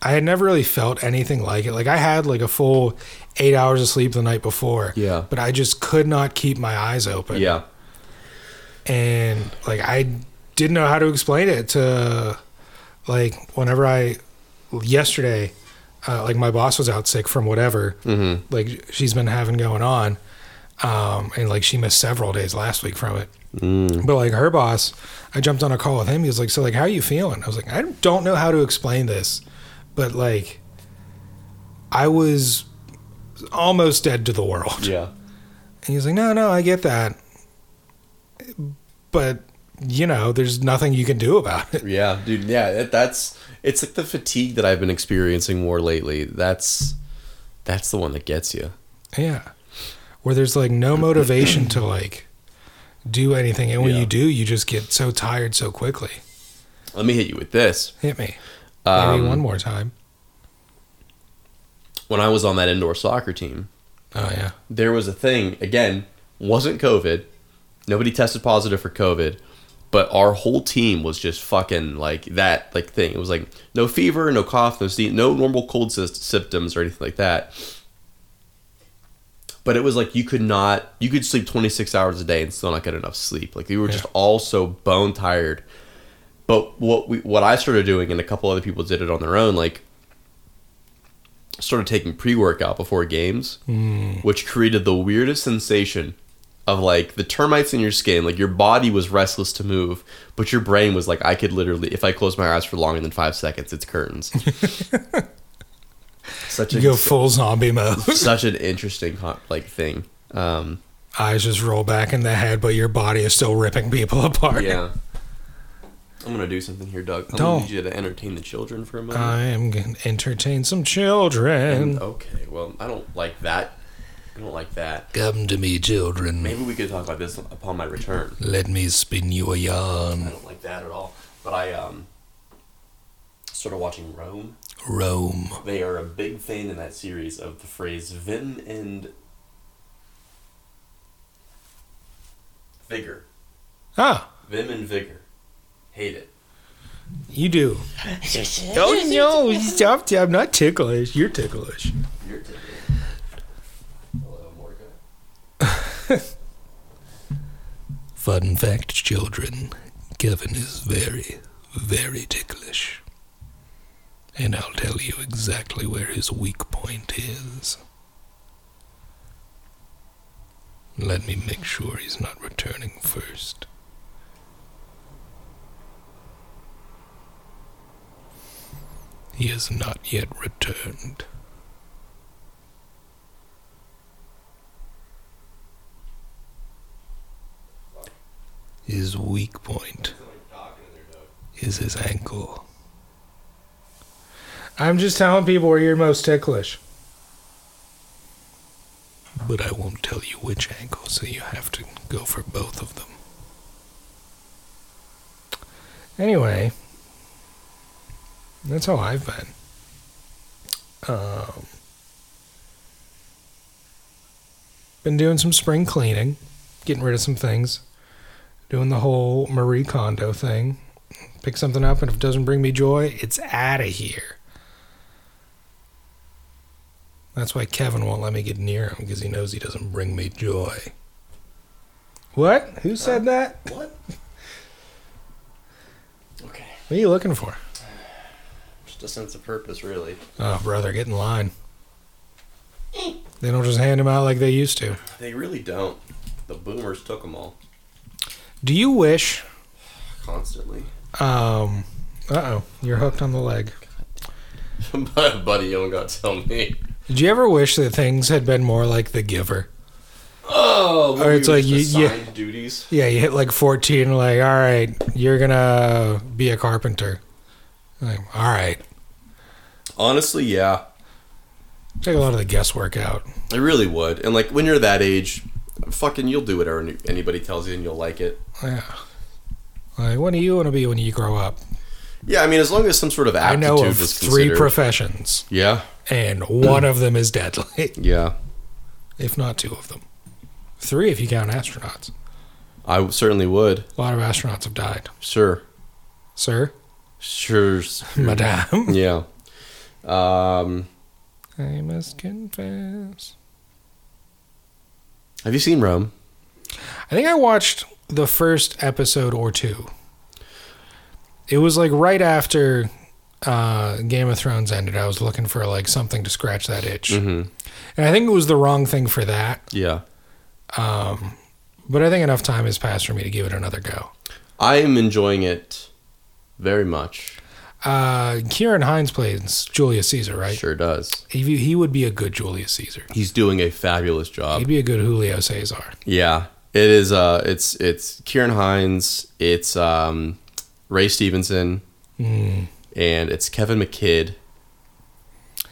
[SPEAKER 3] I had never really felt anything like it. Like I had like a full eight hours of sleep the night before.
[SPEAKER 4] Yeah.
[SPEAKER 3] But I just could not keep my eyes open.
[SPEAKER 4] Yeah.
[SPEAKER 3] And like I didn't know how to explain it to like whenever I yesterday, uh, like my boss was out sick from whatever. Mm-hmm. Like she's been having going on. Um, and like she missed several days last week from it. But like her boss, I jumped on a call with him. He was like, "So like, how are you feeling?" I was like, "I don't know how to explain this, but like, I was almost dead to the world."
[SPEAKER 4] Yeah.
[SPEAKER 3] And he's like, "No, no, I get that, but you know, there's nothing you can do about it."
[SPEAKER 4] Yeah, dude. Yeah, that, that's it's like the fatigue that I've been experiencing more lately. That's that's the one that gets you.
[SPEAKER 3] Yeah, where there's like no motivation to like do anything, and when
[SPEAKER 4] Yeah.
[SPEAKER 3] you do, you just get so tired so quickly.
[SPEAKER 4] Let me hit you with this.
[SPEAKER 3] Hit me, maybe
[SPEAKER 4] Um,
[SPEAKER 3] one more time.
[SPEAKER 4] when I was on that indoor soccer team,
[SPEAKER 3] Oh yeah,
[SPEAKER 4] there was a thing again wasn't covid nobody tested positive for covid but our whole team was just fucking like that like thing it was like no fever no cough no steam no normal cold sys- symptoms or anything like that but it was like you could not you could sleep 26 hours a day and still not get enough sleep like we were just all so bone tired but what we what i started doing and a couple other people did it on their own like started taking pre-workout before games
[SPEAKER 3] Hmm.
[SPEAKER 4] which created the weirdest sensation of like the termites in your skin like your body was restless to move but your brain was like i could literally if i close my eyes for longer than five seconds it's curtains such
[SPEAKER 3] you
[SPEAKER 4] a
[SPEAKER 3] go full zombie mode.
[SPEAKER 4] such an interesting co- like thing um
[SPEAKER 3] eyes just roll back in the head, but your body is still ripping people apart.
[SPEAKER 4] yeah I'm gonna do something here, Doug.
[SPEAKER 3] Don't.
[SPEAKER 4] I'm gonna need you to entertain the children for a moment.
[SPEAKER 3] I am going to entertain some children.
[SPEAKER 4] And- okay, well, I don't like that. I don't like that.
[SPEAKER 1] Come to me, children.
[SPEAKER 4] Maybe we could talk about this upon my return.
[SPEAKER 1] Let me spin you a
[SPEAKER 4] I
[SPEAKER 1] yarn.
[SPEAKER 4] don't like that at all. But I um started watching Rome.
[SPEAKER 1] Rome.
[SPEAKER 4] They are a big fan in that series of the phrase vim and vigor.
[SPEAKER 3] Ah,
[SPEAKER 4] Vim and vigor. Hate it.
[SPEAKER 3] you do. oh, no, stop. I'm not ticklish. You're ticklish.
[SPEAKER 4] You're tickling. Hello, Morgan.
[SPEAKER 1] Fun fact, children. Kevin is very, very ticklish. And I'll tell you exactly where his weak point is. Let me make sure he's not returning first. He has not yet returned. His weak point is his ankle.
[SPEAKER 3] I'm just telling people where you're most ticklish.
[SPEAKER 1] But I won't tell you which ankle, so you have to go for both of them.
[SPEAKER 3] Anyway, that's how I've been. Um, been doing some spring cleaning, getting rid of some things, doing the whole Marie Kondo thing. Pick something up, and if it doesn't bring me joy, it's out of here. That's why Kevin won't let me get near him because he knows he doesn't bring me joy. What? Who said that?
[SPEAKER 4] What? okay.
[SPEAKER 3] What are you looking for?
[SPEAKER 4] Just a sense of purpose, really.
[SPEAKER 3] Oh, brother, get in line. They don't just hand them out like they used to.
[SPEAKER 4] They really don't. The boomers took them all
[SPEAKER 3] Do you wish?
[SPEAKER 4] constantly.
[SPEAKER 3] Um, uh oh, you're hooked on the leg.
[SPEAKER 4] but buddy, you don't gotta tell me.
[SPEAKER 3] Did you ever wish that things had been more like The Giver?
[SPEAKER 4] Oh,
[SPEAKER 3] Or it's like you- you-
[SPEAKER 4] assigned duties.
[SPEAKER 3] Yeah, you hit like 14, and like, all right, you're gonna be a carpenter. Like, all right,
[SPEAKER 4] Honestly, yeah,
[SPEAKER 3] take a lot of the guesswork out.
[SPEAKER 4] I really would. And like when you're that age, fucking, you'll do whatever any- anybody tells you, and you'll like it.
[SPEAKER 3] Yeah. Like, what do you want to be when you grow up?
[SPEAKER 4] Yeah, I mean, as long as some sort of
[SPEAKER 3] I
[SPEAKER 4] aptitude
[SPEAKER 3] know of
[SPEAKER 4] is
[SPEAKER 3] three
[SPEAKER 4] considered.
[SPEAKER 3] professions,
[SPEAKER 4] yeah,
[SPEAKER 3] and one of them is deadly,
[SPEAKER 4] yeah.
[SPEAKER 3] if not two of them. Three if you count astronauts.
[SPEAKER 4] I certainly would.
[SPEAKER 3] A lot of astronauts have died.
[SPEAKER 4] Sure,
[SPEAKER 3] Sir?
[SPEAKER 4] sure.
[SPEAKER 3] Hmm. Madame?
[SPEAKER 4] yeah. Um,
[SPEAKER 3] I must confess.
[SPEAKER 4] have you seen Rome?
[SPEAKER 3] I think I watched the first episode or two. It was like right after uh, Game of Thrones ended. I was looking for like something to scratch that itch.
[SPEAKER 4] Mm-hmm.
[SPEAKER 3] And I think it was the wrong thing for that.
[SPEAKER 4] Yeah.
[SPEAKER 3] Um, but I think enough time has passed for me to give it another go.
[SPEAKER 4] I am enjoying it very much.
[SPEAKER 3] Uh, Kieran Hines plays Julius Caesar, right?
[SPEAKER 4] Sure does.
[SPEAKER 3] He, he would be a good Julius Caesar.
[SPEAKER 4] He's doing a fabulous job.
[SPEAKER 3] He'd be a good Julio Cesar.
[SPEAKER 4] Yeah, it is. Uh, it's it's Kieran Hines, it's um, Ray Stevenson,
[SPEAKER 3] Mm.
[SPEAKER 4] and it's Kevin McKidd.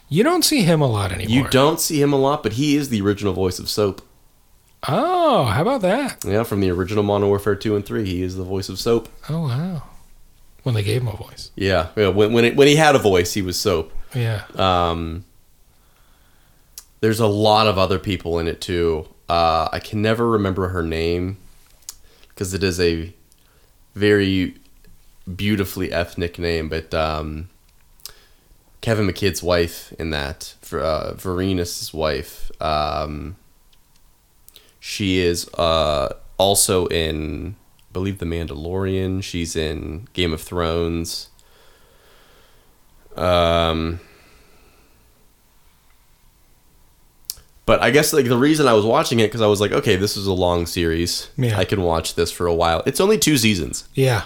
[SPEAKER 3] You don't see him a lot anymore.
[SPEAKER 4] You don't see him a lot, but he is the original voice of Soap.
[SPEAKER 3] Oh, how about that?
[SPEAKER 4] Yeah, from the original Modern Warfare two and three, he is the voice of Soap.
[SPEAKER 3] Oh wow. When they gave him a voice.
[SPEAKER 4] Yeah, yeah, when when, it, when he had a voice, he was Soap.
[SPEAKER 3] Yeah.
[SPEAKER 4] Um, there's a lot of other people in it too. Uh, I can never remember her name because it is a very beautifully ethnic name. But um, Kevin McKidd's wife in that, for uh, Varenus' wife, um, she is uh, also in, I believe, The Mandalorian. She's in Game of Thrones. Um, But I guess like the reason I was watching it because I was like, okay, this is a long series.
[SPEAKER 3] Yeah.
[SPEAKER 4] I can watch this for a while. It's only two seasons.
[SPEAKER 3] Yeah.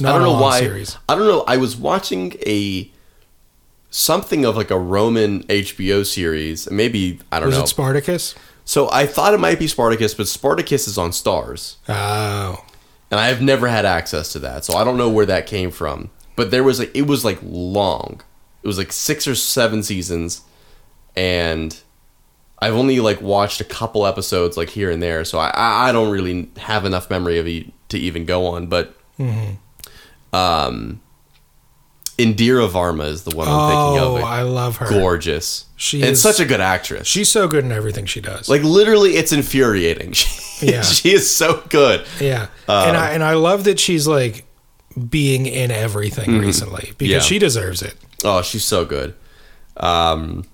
[SPEAKER 3] Not
[SPEAKER 4] I don't
[SPEAKER 3] a
[SPEAKER 4] know
[SPEAKER 3] long
[SPEAKER 4] why.
[SPEAKER 3] Series.
[SPEAKER 4] I don't know. I was watching a something of like a Roman HBO series. Maybe I don't
[SPEAKER 3] Was
[SPEAKER 4] know.
[SPEAKER 3] it Spartacus?
[SPEAKER 4] so I thought it might be Spartacus, but Spartacus is on Stars,
[SPEAKER 3] Oh.
[SPEAKER 4] and I have never had access to that, so I don't know where that came from. But there was like it was like long, it was like six or seven seasons, and I've only like watched a couple episodes like here and there, so I I I don't really have enough memory of e- to even go on. But
[SPEAKER 3] Mm-hmm.
[SPEAKER 4] um, Indira Varma is the one I'm thinking of.
[SPEAKER 3] Oh, I love her.
[SPEAKER 4] Gorgeous.
[SPEAKER 3] She
[SPEAKER 4] and
[SPEAKER 3] is-
[SPEAKER 4] such a good actress.
[SPEAKER 3] She's so good in everything she does.
[SPEAKER 4] Like literally, it's infuriating. She,
[SPEAKER 3] Yeah.
[SPEAKER 4] she is so good.
[SPEAKER 3] yeah,
[SPEAKER 4] uh,
[SPEAKER 3] and I and I love that she's like being in everything recently because
[SPEAKER 4] Mm-hmm. Yeah.
[SPEAKER 3] she deserves it.
[SPEAKER 4] Oh, she's so good. Um.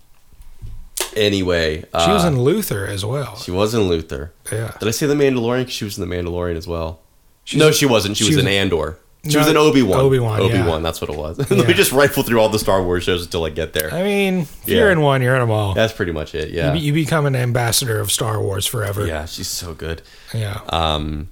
[SPEAKER 4] Anyway, uh,
[SPEAKER 3] She was in Luther as well.
[SPEAKER 4] she was in Luther.
[SPEAKER 3] Yeah,
[SPEAKER 4] Did I say the Mandalorian? 'Cause she was in the Mandalorian as well. no, she wasn't. She,
[SPEAKER 3] she
[SPEAKER 4] was,
[SPEAKER 3] was-
[SPEAKER 4] in Andor. She
[SPEAKER 3] No,
[SPEAKER 4] was in Obi Wan.
[SPEAKER 3] Obi-Wan, yeah.
[SPEAKER 4] Obi Wan. That's what it was. we just rifle through all the Star Wars shows until I get there.
[SPEAKER 3] I mean, if
[SPEAKER 4] Yeah.
[SPEAKER 3] you're in one, you're in them all.
[SPEAKER 4] That's pretty much it.
[SPEAKER 3] You
[SPEAKER 4] Yeah.
[SPEAKER 3] be- You become an ambassador of Star Wars forever.
[SPEAKER 4] yeah, she's so good.
[SPEAKER 3] Yeah.
[SPEAKER 4] Um,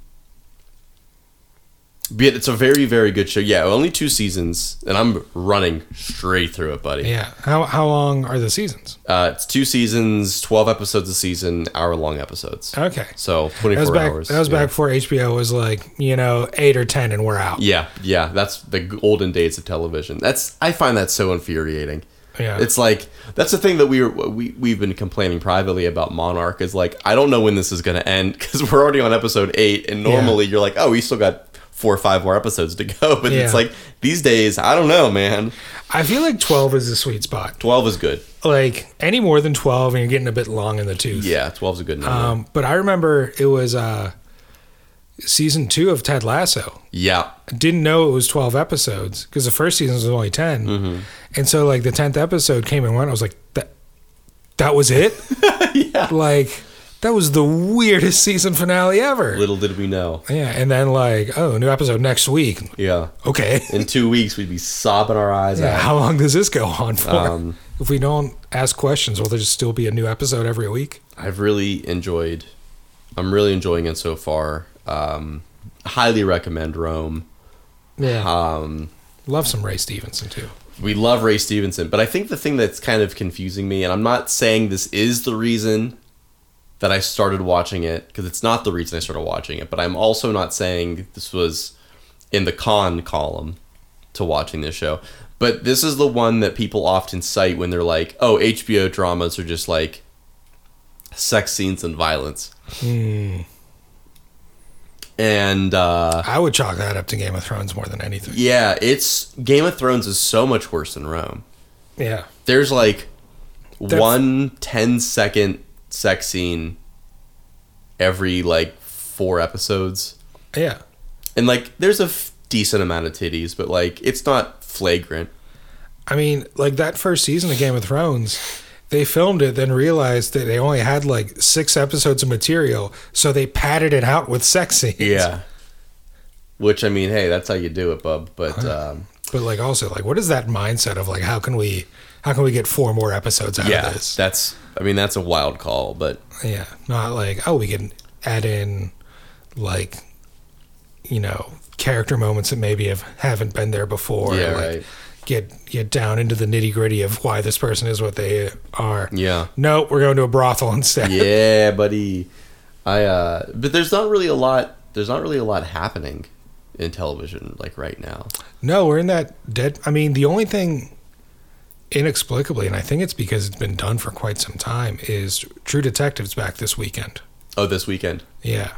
[SPEAKER 4] but yet it's a very, very good show. Yeah, only two seasons, and I'm running straight through it, buddy.
[SPEAKER 3] Yeah. How how long are the seasons?
[SPEAKER 4] Uh, it's two seasons, 12 episodes a season, hour long episodes.
[SPEAKER 3] Okay.
[SPEAKER 4] So
[SPEAKER 3] That
[SPEAKER 4] 24
[SPEAKER 3] was back.
[SPEAKER 4] hours.
[SPEAKER 3] that was
[SPEAKER 4] yeah.
[SPEAKER 3] back before HBO was like you know eight or ten and we're out.
[SPEAKER 4] Yeah, yeah, that's the golden days of television. That's I find that so infuriating.
[SPEAKER 3] Yeah.
[SPEAKER 4] It's like that's the thing that we were, we we've been complaining privately about Monarch is like I don't know when this is going to end cuz we're already on episode 8 and normally you're like, "Oh, we still got 4 or 5 more episodes to go." But
[SPEAKER 3] Yeah.
[SPEAKER 4] it's like these days, I don't know, man.
[SPEAKER 3] I feel like twelve is the sweet spot.
[SPEAKER 4] 12 is good.
[SPEAKER 3] Like any more than twelve, and you're getting a bit long in the tooth.
[SPEAKER 4] Yeah, 12 is a good number.
[SPEAKER 3] Um, but I remember it was uh, season two of Ted Lasso.
[SPEAKER 4] yeah.
[SPEAKER 3] I didn't know it was twelve episodes because the first season was only 10
[SPEAKER 4] Mm-hmm.
[SPEAKER 3] and so like the tenth episode came and went. I was like, that that was it.
[SPEAKER 4] Yeah.
[SPEAKER 3] Like that was the weirdest season finale ever.
[SPEAKER 4] Little did we know.
[SPEAKER 3] Yeah, and then like, oh, new episode next week.
[SPEAKER 4] Yeah.
[SPEAKER 3] Okay.
[SPEAKER 4] In 2 weeks we'd be sobbing our eyes
[SPEAKER 3] Yeah,
[SPEAKER 4] out.
[SPEAKER 3] how long does this go on for?
[SPEAKER 4] Um,
[SPEAKER 3] if we don't ask questions, will there just still be a new episode every week?
[SPEAKER 4] I've really enjoyed. I'm really enjoying it so far. Um, highly recommend Rome.
[SPEAKER 3] Yeah.
[SPEAKER 4] Um,
[SPEAKER 3] Love some Ray Stevenson too.
[SPEAKER 4] we love Ray Stevenson, but I think the thing that's kind of confusing me, and I'm not saying this is the reason that I started watching it, because it's not the reason I started watching it, but I'm also not saying this was in the con column to watching this show. But this is the one that people often cite when they're like, oh, HBO dramas are just like sex scenes and violence. And uh,
[SPEAKER 3] I would chalk that up to Game of Thrones more than anything.
[SPEAKER 4] yeah, it's Game of Thrones is so much worse than Rome.
[SPEAKER 3] Yeah.
[SPEAKER 4] there's like
[SPEAKER 3] That's-
[SPEAKER 4] one 10 second sex scene every like four episodes
[SPEAKER 3] Yeah.
[SPEAKER 4] and like there's a f- decent amount of titties but like it's not flagrant
[SPEAKER 3] I mean, like that first season of Game of Thrones, they filmed it, then realized that they only had like six episodes of material, so they padded it out with sex scenes.
[SPEAKER 4] which i mean hey that's how you do it bub but um
[SPEAKER 3] But like also like what is that mindset of like how can we how can we get four more episodes out
[SPEAKER 4] yeah
[SPEAKER 3] of this?
[SPEAKER 4] that's i mean that's a wild call but
[SPEAKER 3] Yeah, not like oh, we can add in like you know character moments that maybe have haven't been there before.
[SPEAKER 4] Yeah,
[SPEAKER 3] like,
[SPEAKER 4] right.
[SPEAKER 3] Get get down into the nitty gritty of why this person is what they are.
[SPEAKER 4] yeah
[SPEAKER 3] Nope, we're going to a brothel instead.
[SPEAKER 4] yeah buddy i uh but there's not really a lot there's not really a lot happening in television like right now
[SPEAKER 3] No, we're in that dead. I mean, the only thing inexplicably, and I think it's because it's been done for quite some time, is True Detectives back this weekend.
[SPEAKER 4] oh this weekend
[SPEAKER 3] Yeah,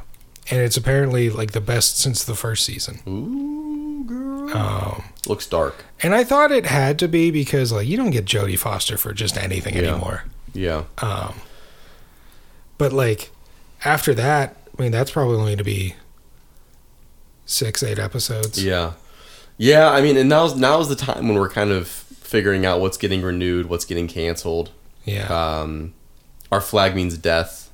[SPEAKER 3] and it's apparently like the best since the first season.
[SPEAKER 4] ooh girl
[SPEAKER 3] Um,
[SPEAKER 4] looks dark
[SPEAKER 3] And I thought it had to be because like you don't get Jodie Foster for just anything
[SPEAKER 4] Yeah.
[SPEAKER 3] anymore.
[SPEAKER 4] Yeah.
[SPEAKER 3] But like after that, I mean that's probably only to be six, eight episodes.
[SPEAKER 4] Yeah. Yeah, I mean, and now's now's the time when we're kind of figuring out what's getting renewed, what's getting canceled.
[SPEAKER 3] Yeah.
[SPEAKER 4] Um our flag means death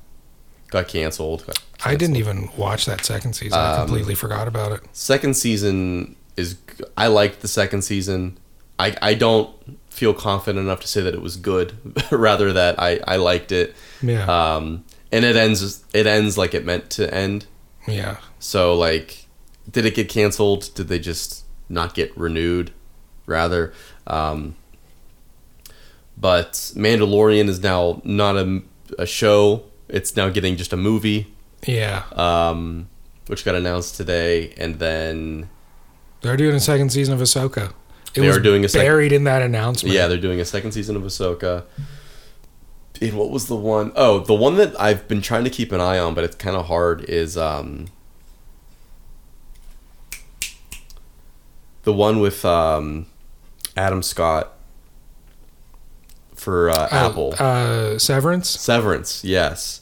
[SPEAKER 4] got canceled.
[SPEAKER 3] I didn't even watch that second season.
[SPEAKER 4] Um,
[SPEAKER 3] I completely forgot about it.
[SPEAKER 4] Second season is g- I liked the second season. I I don't feel confident enough to say that it was good, rather that I I liked it.
[SPEAKER 3] Yeah.
[SPEAKER 4] Um and it ends it ends like it meant to end.
[SPEAKER 3] yeah.
[SPEAKER 4] So like, did it get canceled? Did they just not get renewed? Rather, um, but Mandalorian is now not a, a show. It's now getting just a movie.
[SPEAKER 3] Yeah.
[SPEAKER 4] Um, which got announced today, and then
[SPEAKER 3] They're doing a second season of Ahsoka. It
[SPEAKER 4] They
[SPEAKER 3] was
[SPEAKER 4] are doing a sec-
[SPEAKER 3] buried in that announcement.
[SPEAKER 4] yeah, they're doing a second season of Ahsoka. And what was the one oh the one that I've been trying to keep an eye on, but it's kind of hard. Is um the one with um Adam Scott for uh,
[SPEAKER 3] Uh,
[SPEAKER 4] Apple.
[SPEAKER 3] Uh, Severance.
[SPEAKER 4] Severance, yes.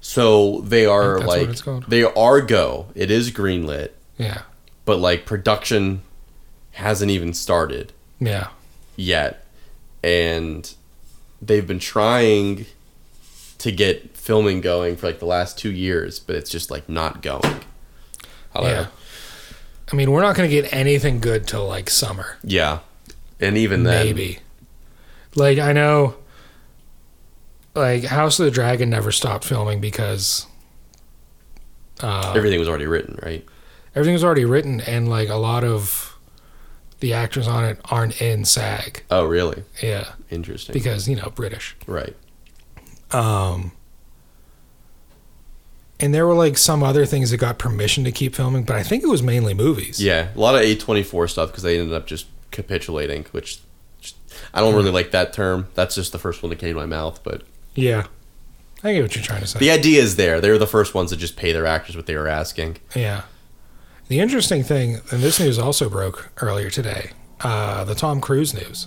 [SPEAKER 4] So they are
[SPEAKER 3] think that's what
[SPEAKER 4] like
[SPEAKER 3] it's called.
[SPEAKER 4] they are go. It is greenlit,
[SPEAKER 3] Yeah.
[SPEAKER 4] but like production hasn't even started
[SPEAKER 3] Yeah.
[SPEAKER 4] yet, and they've been trying to get filming going for like the last two years, but it's just like not going.
[SPEAKER 3] Yeah.
[SPEAKER 4] However,
[SPEAKER 3] I mean, we're not going to get anything good till like summer,
[SPEAKER 4] yeah, and even then,
[SPEAKER 3] maybe. Like I know, like House of the Dragon never stopped filming because uh,
[SPEAKER 4] everything was already written, right?
[SPEAKER 3] everything was already written, and like a lot of the actors on it aren't in SAG.
[SPEAKER 4] Oh, really?
[SPEAKER 3] Yeah,
[SPEAKER 4] Interesting.
[SPEAKER 3] because you know British.
[SPEAKER 4] right.
[SPEAKER 3] Um, and there were like some other things that got permission to keep filming, but I think it was mainly movies.
[SPEAKER 4] Yeah, a lot of A24 stuff because they ended up just capitulating, which just, I don't really like that term. That's just the first one that came to my mouth, but
[SPEAKER 3] Yeah. I get what you're trying to say.
[SPEAKER 4] the idea is there. They were the first ones to just pay their actors what they were asking.
[SPEAKER 3] Yeah. The interesting thing, and this news also broke earlier today, uh, the Tom Cruise news.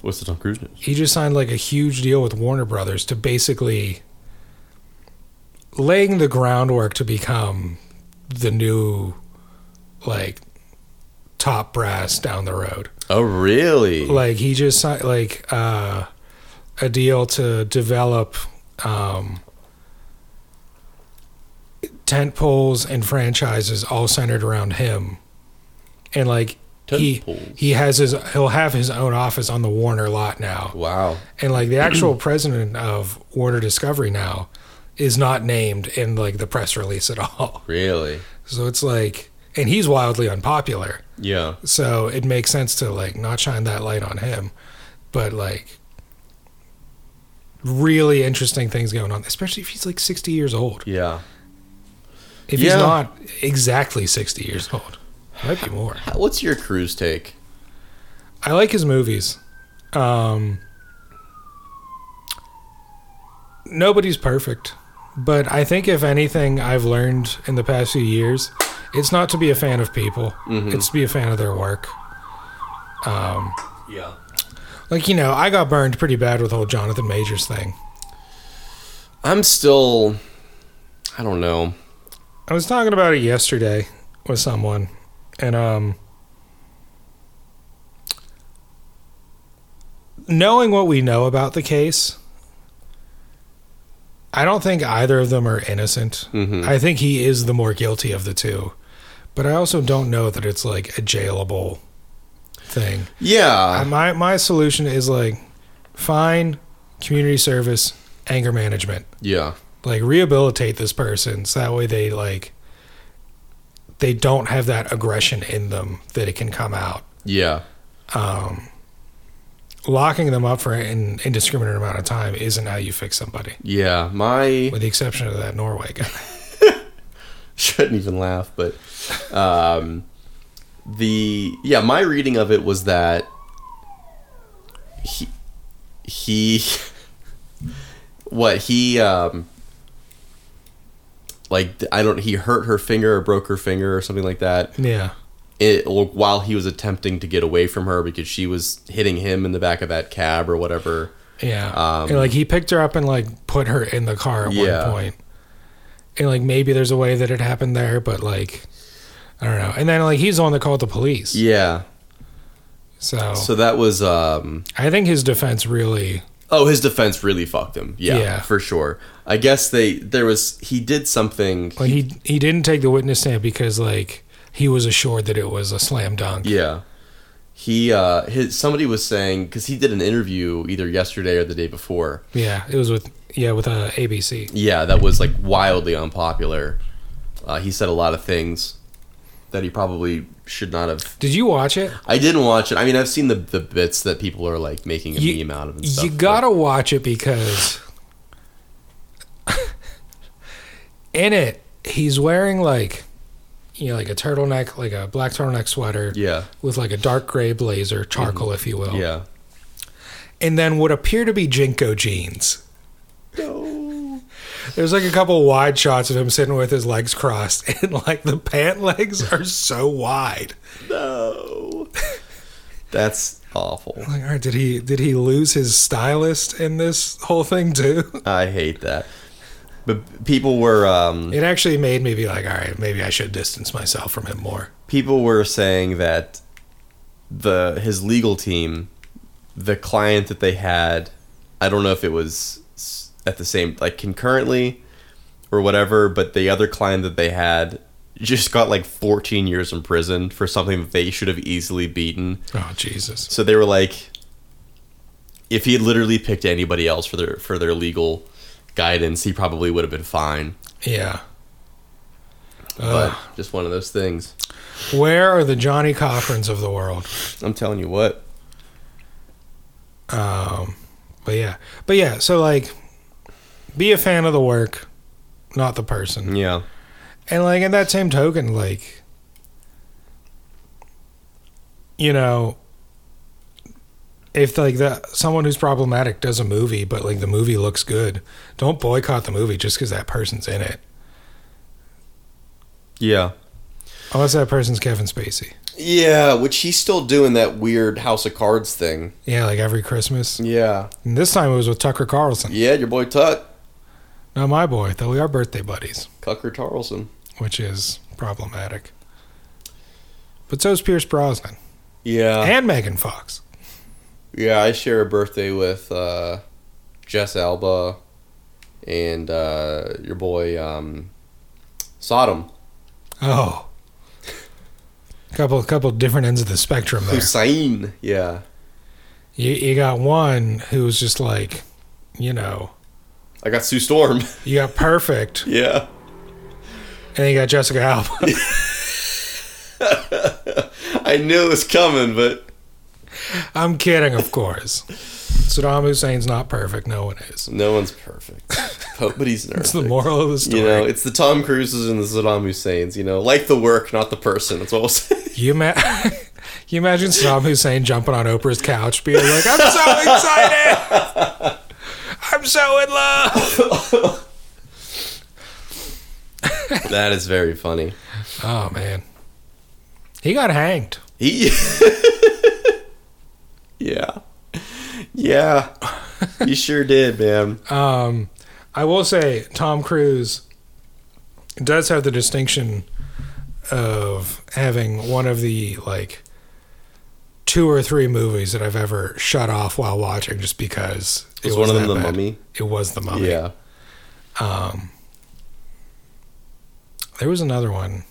[SPEAKER 4] What's the Tom Cruise news?
[SPEAKER 3] He just signed like a huge deal with Warner Brothers to basically laying the groundwork to become the new like top brass down the road.
[SPEAKER 4] Oh, really?
[SPEAKER 3] Like he just signed like uh, a deal to develop um, tent poles and franchises all centered around him, and like he
[SPEAKER 4] Tentpoles.
[SPEAKER 3] he has his he'll have his own office on the Warner lot now,
[SPEAKER 4] wow.
[SPEAKER 3] and like the actual president of Warner Discovery now is not named in like the press release at all.
[SPEAKER 4] Really?
[SPEAKER 3] So it's like, and he's wildly unpopular.
[SPEAKER 4] Yeah.
[SPEAKER 3] So it makes sense to like not shine that light on him, but like really interesting things going on, especially if he's like 60 years old.
[SPEAKER 4] Yeah.
[SPEAKER 3] If he's
[SPEAKER 4] Yeah.
[SPEAKER 3] not exactly 60 years old, might be more.
[SPEAKER 4] How- What's your Cruise take?
[SPEAKER 3] I like his movies. Um, nobody's perfect, but I think if anything I've learned in the past few years, it's not to be a fan of people, it's to be a fan of their work.
[SPEAKER 4] Yeah.
[SPEAKER 3] Like, you know, I got burned pretty bad with the whole Jonathan Majors thing.
[SPEAKER 4] I'm still. I don't know.
[SPEAKER 3] I was talking about it yesterday with someone, and um, knowing what we know about the case, I don't think either of them are innocent.
[SPEAKER 4] Mhm.
[SPEAKER 3] I think he is the more guilty of the two, but I also don't know that it's like a jailable thing.
[SPEAKER 4] Yeah.
[SPEAKER 3] my my solution is like fine community service, anger management
[SPEAKER 4] yeah.
[SPEAKER 3] like rehabilitate this person so that way they like they don't have that aggression in them that it can come out Um,
[SPEAKER 4] Yeah.
[SPEAKER 3] locking them up for an indiscriminate amount of time isn't how you fix somebody
[SPEAKER 4] Yeah. My.
[SPEAKER 3] with the exception of that norway guy
[SPEAKER 4] shouldn't even laugh, but um, the yeah, my reading of it was that he he what he um like I don't he hurt her finger or broke her finger or something like that
[SPEAKER 3] yeah
[SPEAKER 4] it or while he was attempting to get away from her because she was hitting him in the back of that cab or whatever.
[SPEAKER 3] yeah
[SPEAKER 4] Um,
[SPEAKER 3] and like he picked her up and like put her in the car at
[SPEAKER 4] Yeah.
[SPEAKER 3] one point and like maybe there's a way that it happened there but like i don't know and then like he's the one that called the police
[SPEAKER 4] Yeah.
[SPEAKER 3] so,
[SPEAKER 4] So that was um
[SPEAKER 3] i think his defense really
[SPEAKER 4] Oh, his defense really fucked him. Yeah,
[SPEAKER 3] Yeah.
[SPEAKER 4] for sure. I guess they there was he did something.
[SPEAKER 3] like he he didn't take the witness stand because like he was assured that it was a slam dunk
[SPEAKER 4] Yeah, he uh, his somebody was saying because he did an interview either yesterday or the day before.
[SPEAKER 3] Yeah, it was with yeah with uh, ABC.
[SPEAKER 4] Yeah, that was like wildly unpopular. Uh, he said a lot of things that he probably should not have.
[SPEAKER 3] Did you watch it?
[SPEAKER 4] I didn't watch it. I mean, I've seen the the bits that people are like making a meme out of and stuff.
[SPEAKER 3] you
[SPEAKER 4] but-
[SPEAKER 3] gotta watch it because in it he's wearing like you know like a turtleneck like a black turtleneck sweater
[SPEAKER 4] Yeah.
[SPEAKER 3] with like a dark gray blazer charcoal if you will
[SPEAKER 4] Yeah.
[SPEAKER 3] and then what appear to be jinko jeans there's like a couple wide shots of him sitting with his legs crossed and like the pant legs are so wide
[SPEAKER 4] No. That's awful.
[SPEAKER 3] like all right did he did he lose his stylist in this whole thing too
[SPEAKER 4] I hate that. But people were um,
[SPEAKER 3] it actually made me be like all right maybe i should distance myself from him more
[SPEAKER 4] people were saying that the his legal team, the client that they had, I don't know if it was s- at the same like concurrently or whatever, but the other client that they had just got like 14 years in prison for something that they should have easily beaten.
[SPEAKER 3] oh jesus
[SPEAKER 4] So they were like, if he had literally picked anybody else for their for their legal guidance, he probably would have been fine.
[SPEAKER 3] yeah Uh,
[SPEAKER 4] But just one of those things.
[SPEAKER 3] Where are the Johnny Cochran's of the world?
[SPEAKER 4] I'm telling you what.
[SPEAKER 3] Um, but yeah, but yeah. So like, be a fan of the work, not the person.
[SPEAKER 4] Yeah.
[SPEAKER 3] And like, in that same token, like, you know, if like the someone who's problematic does a movie, but like the movie looks good, don't boycott the movie just because that person's in it.
[SPEAKER 4] Yeah.
[SPEAKER 3] Unless that person's Kevin Spacey.
[SPEAKER 4] Yeah, which he's still doing that weird House of Cards thing.
[SPEAKER 3] Yeah, like every Christmas.
[SPEAKER 4] Yeah.
[SPEAKER 3] And this time it was with Tucker Carlson.
[SPEAKER 4] Yeah, your boy Tuck.
[SPEAKER 3] Now my boy, though we are birthday buddies.
[SPEAKER 4] Cucker Tarlson.
[SPEAKER 3] which is problematic. But so is Pierce Brosnan
[SPEAKER 4] Yeah.
[SPEAKER 3] and Megan Fox.
[SPEAKER 4] Yeah, I share a birthday with uh, Jess Alba and uh, your boy um, Sodom.
[SPEAKER 3] Oh, couple couple different ends of the spectrum there.
[SPEAKER 4] Hussein. Yeah.
[SPEAKER 3] You, you got one who's just like, you know,
[SPEAKER 4] I got Sue Storm.
[SPEAKER 3] you got perfect, and
[SPEAKER 4] yeah.
[SPEAKER 3] then you got Jessica Alba.
[SPEAKER 4] I knew it was coming, but
[SPEAKER 3] I'm kidding, of course. Saddam Hussein's not perfect. No one is.
[SPEAKER 4] no one's perfect. But but he's nervous.
[SPEAKER 3] It's the moral of the story.
[SPEAKER 4] You know, it's the Tom Cruises and the Saddam Husseins. You know, like the work, not the person. That's what we'll say.
[SPEAKER 3] You ma- you imagine Saddam Hussein jumping on Oprah's couch, being like, "I'm so excited, I'm so in love."
[SPEAKER 4] that is very funny.
[SPEAKER 3] Oh man, he got hanged.
[SPEAKER 4] He. yeah. Yeah. You sure did, man.
[SPEAKER 3] Um, I will say Tom Cruise does have the distinction of having one of the like two or three movies that I've ever shut off while watching just because
[SPEAKER 4] Was one of them
[SPEAKER 3] that
[SPEAKER 4] The Mummy?
[SPEAKER 3] It was the mummy.
[SPEAKER 4] Yeah.
[SPEAKER 3] There was another one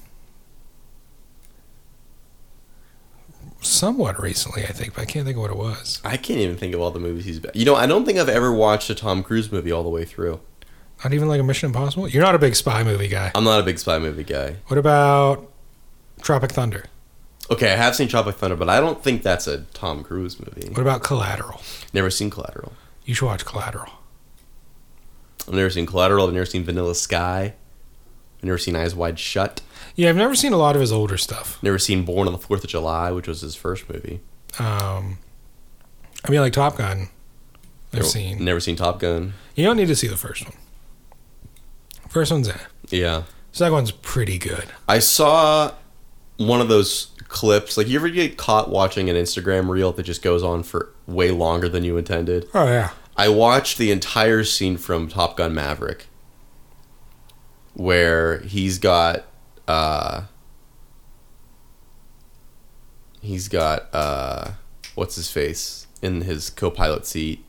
[SPEAKER 3] somewhat recently, I think, but I can't think of what it was.
[SPEAKER 4] I can't even think of all the movies he's been. You know, I don't think I've ever watched a Tom Cruise movie all the way through.
[SPEAKER 3] Not even like a Mission Impossible. You're not a big spy movie guy.
[SPEAKER 4] I'm not a big spy movie guy.
[SPEAKER 3] What about Tropic Thunder?
[SPEAKER 4] Okay, I have seen Tropic Thunder, but I don't think that's a Tom Cruise movie.
[SPEAKER 3] What about Collateral?
[SPEAKER 4] Never seen Collateral.
[SPEAKER 3] You should watch Collateral.
[SPEAKER 4] I've never seen Collateral. I've never seen Vanilla Sky. I've never seen Eyes Wide Shut.
[SPEAKER 3] Yeah, I've never seen a lot of his older stuff.
[SPEAKER 4] Never seen Born on the Fourth of July, which was his first movie.
[SPEAKER 3] Um, I mean, like Top Gun, I've seen.
[SPEAKER 4] Never seen Top Gun.
[SPEAKER 3] You don't need to see the first one. First one's eh.
[SPEAKER 4] Yeah.
[SPEAKER 3] Second one's pretty good.
[SPEAKER 4] I saw one of those clips. Like, you ever get caught watching an Instagram reel that just goes on for way longer than you intended?
[SPEAKER 3] Oh yeah.
[SPEAKER 4] I watched the entire scene from Top Gun Maverick where he's got, uh, he's got, uh, what's his face in his co pilot seat.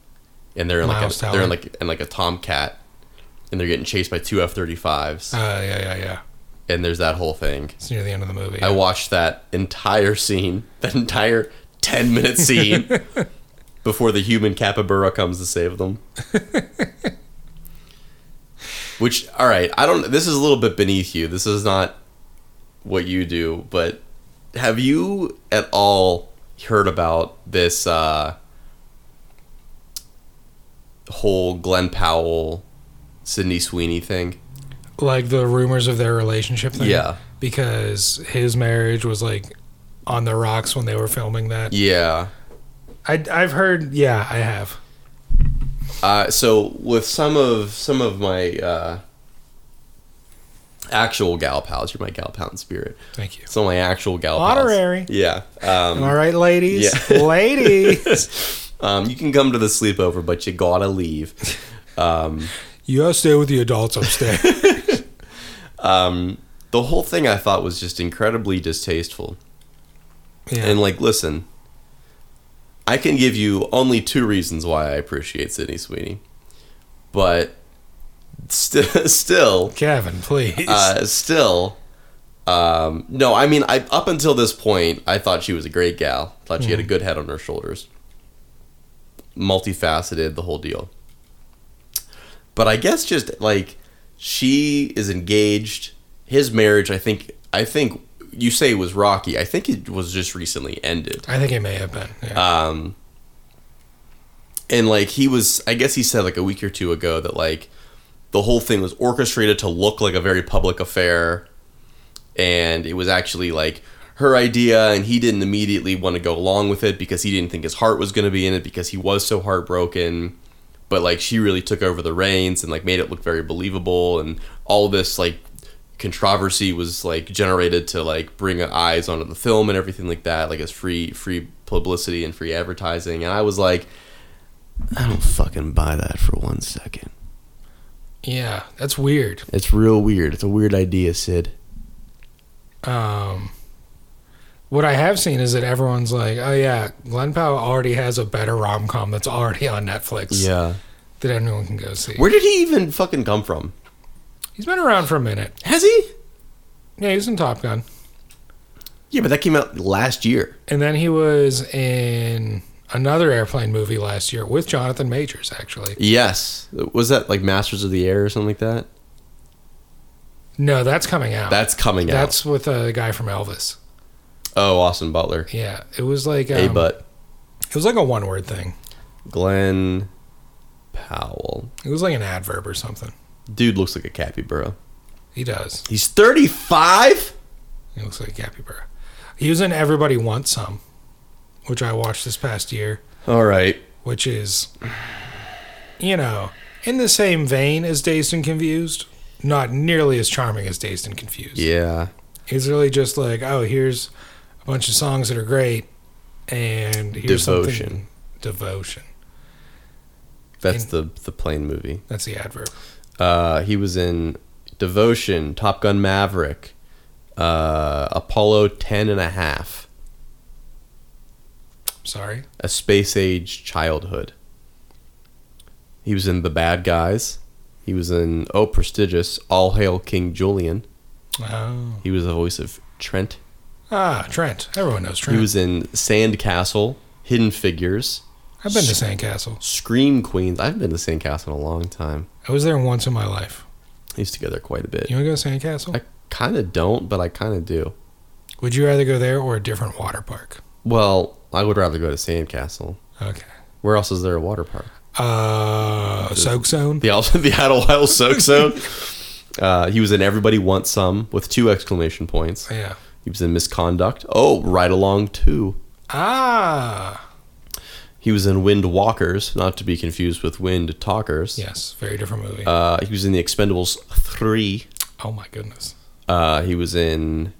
[SPEAKER 4] And they're in like
[SPEAKER 3] Miles
[SPEAKER 4] a, they're
[SPEAKER 3] Teller.
[SPEAKER 4] in like in like a Tomcat, and they're getting chased by two F thirty fives,
[SPEAKER 3] Uh, yeah, yeah, yeah.
[SPEAKER 4] and there's that whole thing.
[SPEAKER 3] It's near the end of the movie.
[SPEAKER 4] I watched that entire scene, that entire 10 minute scene before the human capybara comes to save them. Which, all right, I don't, this is a little bit beneath you. This is not what you do, but have you at all heard about this uh, whole Glenn Powell, Sydney Sweeney thing?
[SPEAKER 3] like the rumors of their relationship thing.
[SPEAKER 4] Yeah.
[SPEAKER 3] Because his marriage was like on the rocks when they were filming that.
[SPEAKER 4] Yeah.
[SPEAKER 3] I, I've heard, yeah, I have.
[SPEAKER 4] Uh, so with some of some of my uh, actual gal pals, you're my gal pal in spirit.
[SPEAKER 3] Thank you.
[SPEAKER 4] Some of my actual gal
[SPEAKER 3] Honorary.
[SPEAKER 4] pals. Yeah. Um,
[SPEAKER 3] All right, ladies.
[SPEAKER 4] Yeah.
[SPEAKER 3] ladies.
[SPEAKER 4] um, you can come to the sleepover, but you gotta leave. Um,
[SPEAKER 3] You gotta stay with the adults upstairs.
[SPEAKER 4] um, the whole thing I thought was just incredibly distasteful.
[SPEAKER 3] yeah.
[SPEAKER 4] And like, listen, I can give you only two reasons why I appreciate Sydney Sweeney, but st- still,
[SPEAKER 3] Kevin, please.
[SPEAKER 4] uh, still, um, no. I mean, I up until this point, I thought she was a great gal. Thought she had a good head on her shoulders, multifaceted, the whole deal. But I guess just like she is engaged, his marriage. I think. I think you say it was rocky. I think it was just recently ended.
[SPEAKER 3] I think it may have been. Yeah.
[SPEAKER 4] Um, and like he was, I guess he said like a week or two ago that like the whole thing was orchestrated to look like a very public affair, and it was actually like her idea, and he didn't immediately want to go along with it because he didn't think his heart was going to be in it because he was so heartbroken. But like she really took over the reins and like made it look very believable, and all this like controversy was like generated to like bring eyes onto the film and everything like that, like as free free publicity and free advertising. And I was like, I don't fucking buy that for one second.
[SPEAKER 3] yeah. That's weird.
[SPEAKER 4] It's real weird. It's a weird idea, Sid.
[SPEAKER 3] Um, what I have seen is that everyone's like, oh, yeah, Glenn Powell already has a better rom com that's already on Netflix
[SPEAKER 4] Yeah.
[SPEAKER 3] that anyone can go see.
[SPEAKER 4] Where did he even fucking come from?
[SPEAKER 3] He's been around for a minute.
[SPEAKER 4] Has he?
[SPEAKER 3] Yeah, he was in Top Gun.
[SPEAKER 4] Yeah, but that came out last year.
[SPEAKER 3] And then he was in another airplane movie last year with Jonathan Majors, actually.
[SPEAKER 4] Yes. Was that like Masters of the Air or something like that?
[SPEAKER 3] No, that's coming out.
[SPEAKER 4] That's coming out.
[SPEAKER 3] That's with uh, the guy from Elvis.
[SPEAKER 4] Oh, Austin Butler.
[SPEAKER 3] Yeah, it was like
[SPEAKER 4] a
[SPEAKER 3] um,
[SPEAKER 4] but
[SPEAKER 3] it was like a one word thing.
[SPEAKER 4] Glenn Powell.
[SPEAKER 3] It was like an adverb or something.
[SPEAKER 4] Dude looks like a capybara.
[SPEAKER 3] He does.
[SPEAKER 4] He's 35?
[SPEAKER 3] He looks like a capybara. He was in Everybody Wants Some, which I watched this past year,
[SPEAKER 4] All right.
[SPEAKER 3] which is, you know, in the same vein as Dazed and Confused, not nearly as charming as Dazed and Confused.
[SPEAKER 4] Yeah.
[SPEAKER 3] It's really just like, oh, here's a bunch of songs that are great, and here's
[SPEAKER 4] Devotion.
[SPEAKER 3] something. Devotion.
[SPEAKER 4] That's the the plane movie.
[SPEAKER 3] That's the adverb.
[SPEAKER 4] Uh, he was in Devotion, Top Gun Maverick, uh, Apollo 10 and a half,
[SPEAKER 3] Sorry.
[SPEAKER 4] A Space Age Childhood. He was in The Bad Guys. He was in Oh Prestigious, All Hail King Julian.
[SPEAKER 3] Oh.
[SPEAKER 4] He was the voice of Trent.
[SPEAKER 3] Ah, Trent. Everyone knows Trent.
[SPEAKER 4] He was in Sandcastle, Hidden Figures,
[SPEAKER 3] I've been to Sandcastle.
[SPEAKER 4] Scream Queens. I've been to Sandcastle in a long time.
[SPEAKER 3] I was there once in my life.
[SPEAKER 4] I used to go there quite a bit.
[SPEAKER 3] You want to go to Sandcastle?
[SPEAKER 4] I kind of don't, but I kind of do.
[SPEAKER 3] Would you rather go there or a different water park?
[SPEAKER 4] Well, I would rather go to Sandcastle.
[SPEAKER 3] Okay.
[SPEAKER 4] Where else is there a water park?
[SPEAKER 3] Uh, Soak Zone.
[SPEAKER 4] The Al- the Idlewild Soak Zone. Uh, he was in Everybody Wants Some with two exclamation points.
[SPEAKER 3] Yeah.
[SPEAKER 4] He was in Misconduct. Oh, Ride Along Two.
[SPEAKER 3] Ah.
[SPEAKER 4] He was in Wind Walkers, not to be confused with Wind Talkers.
[SPEAKER 3] Yes. Very different movie.
[SPEAKER 4] Uh, he was in The Expendables Three.
[SPEAKER 3] oh my goodness.
[SPEAKER 4] Uh, he was in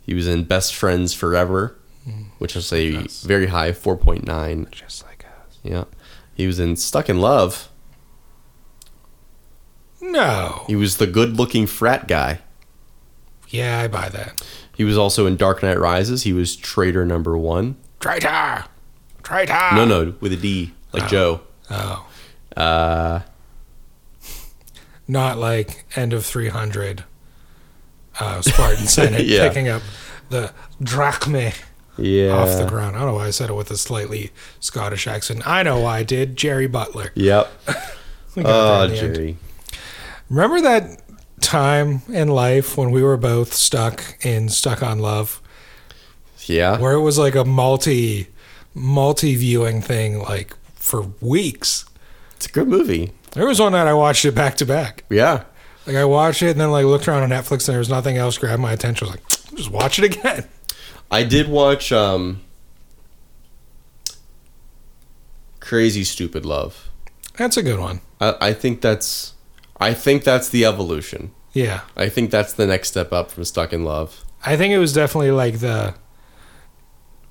[SPEAKER 4] he was in Best Friends Forever,
[SPEAKER 3] Hmm.
[SPEAKER 4] which is a very high four point nine.
[SPEAKER 3] Just like us.
[SPEAKER 4] Yeah, he was in Stuck in Love.
[SPEAKER 3] No.
[SPEAKER 4] He was the good looking frat guy.
[SPEAKER 3] Yeah, I buy that.
[SPEAKER 4] He was also in Dark Knight Rises. He was traitor number one.
[SPEAKER 3] Traitor. Traitor.
[SPEAKER 4] No, no, with a D,
[SPEAKER 3] Ah.
[SPEAKER 4] like Joe.
[SPEAKER 3] Oh.
[SPEAKER 4] Uh,
[SPEAKER 3] Not like end of 300 uh, Spartan Senate
[SPEAKER 4] Yeah.
[SPEAKER 3] picking up the drachme
[SPEAKER 4] yeah.
[SPEAKER 3] off the ground. I don't know why I said it with a slightly Scottish accent. I know why I did. Jerry Butler.
[SPEAKER 4] Yep.
[SPEAKER 3] We got there
[SPEAKER 4] Oh,
[SPEAKER 3] in the end.
[SPEAKER 4] Jerry.
[SPEAKER 3] Remember that time in life when we were both stuck in Stuck on Love,
[SPEAKER 4] Yeah.
[SPEAKER 3] where it was like a multi multi viewing thing like for weeks.
[SPEAKER 4] It's a good movie.
[SPEAKER 3] There was one night I watched it back to back.
[SPEAKER 4] Yeah.
[SPEAKER 3] Like I watched it and then like looked around on Netflix and there was nothing else grabbed my attention. I was like, just watch it again.
[SPEAKER 4] I did watch um, Crazy Stupid Love.
[SPEAKER 3] That's a good one.
[SPEAKER 4] I, I think that's I think that's the evolution.
[SPEAKER 3] Yeah.
[SPEAKER 4] I think that's the next step up from Stuck in Love.
[SPEAKER 3] I think it was definitely like the,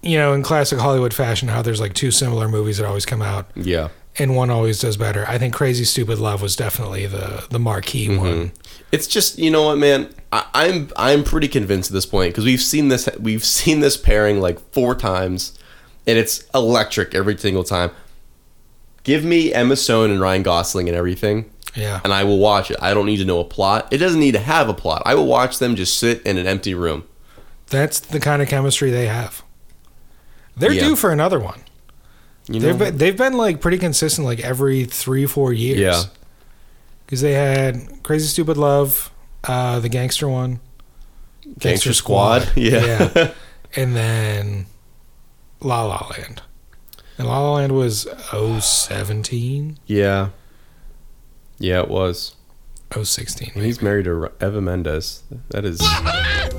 [SPEAKER 3] you know, in classic Hollywood fashion, how there's like two similar movies that always come out
[SPEAKER 4] Yeah.
[SPEAKER 3] and one always does better. I think Crazy Stupid Love was definitely the the marquee one.
[SPEAKER 4] It's just you know what, man. I, I'm I'm pretty convinced at this point because we've seen this we've seen this pairing like four times, and it's electric every single time. Give me Emma Stone and Ryan Gosling and everything,
[SPEAKER 3] Yeah.
[SPEAKER 4] and I will watch it. I don't need to know a plot. It doesn't need to have a plot. I will watch them just sit in an empty room.
[SPEAKER 3] That's the kind of chemistry they have. They're
[SPEAKER 4] Yeah.
[SPEAKER 3] due for another one.
[SPEAKER 4] You know,
[SPEAKER 3] They've been, they've been like pretty consistent like every 3 4 years.
[SPEAKER 4] Yeah.
[SPEAKER 3] Cuz they had Crazy Stupid Love, uh the gangster one,
[SPEAKER 4] Gangster Squad. Yeah.
[SPEAKER 3] Yeah. and then La La Land. And La La Land was 017,
[SPEAKER 4] yeah, yeah. It was.
[SPEAKER 3] 016.
[SPEAKER 4] And he's married to Ra- Eva Mendes. That is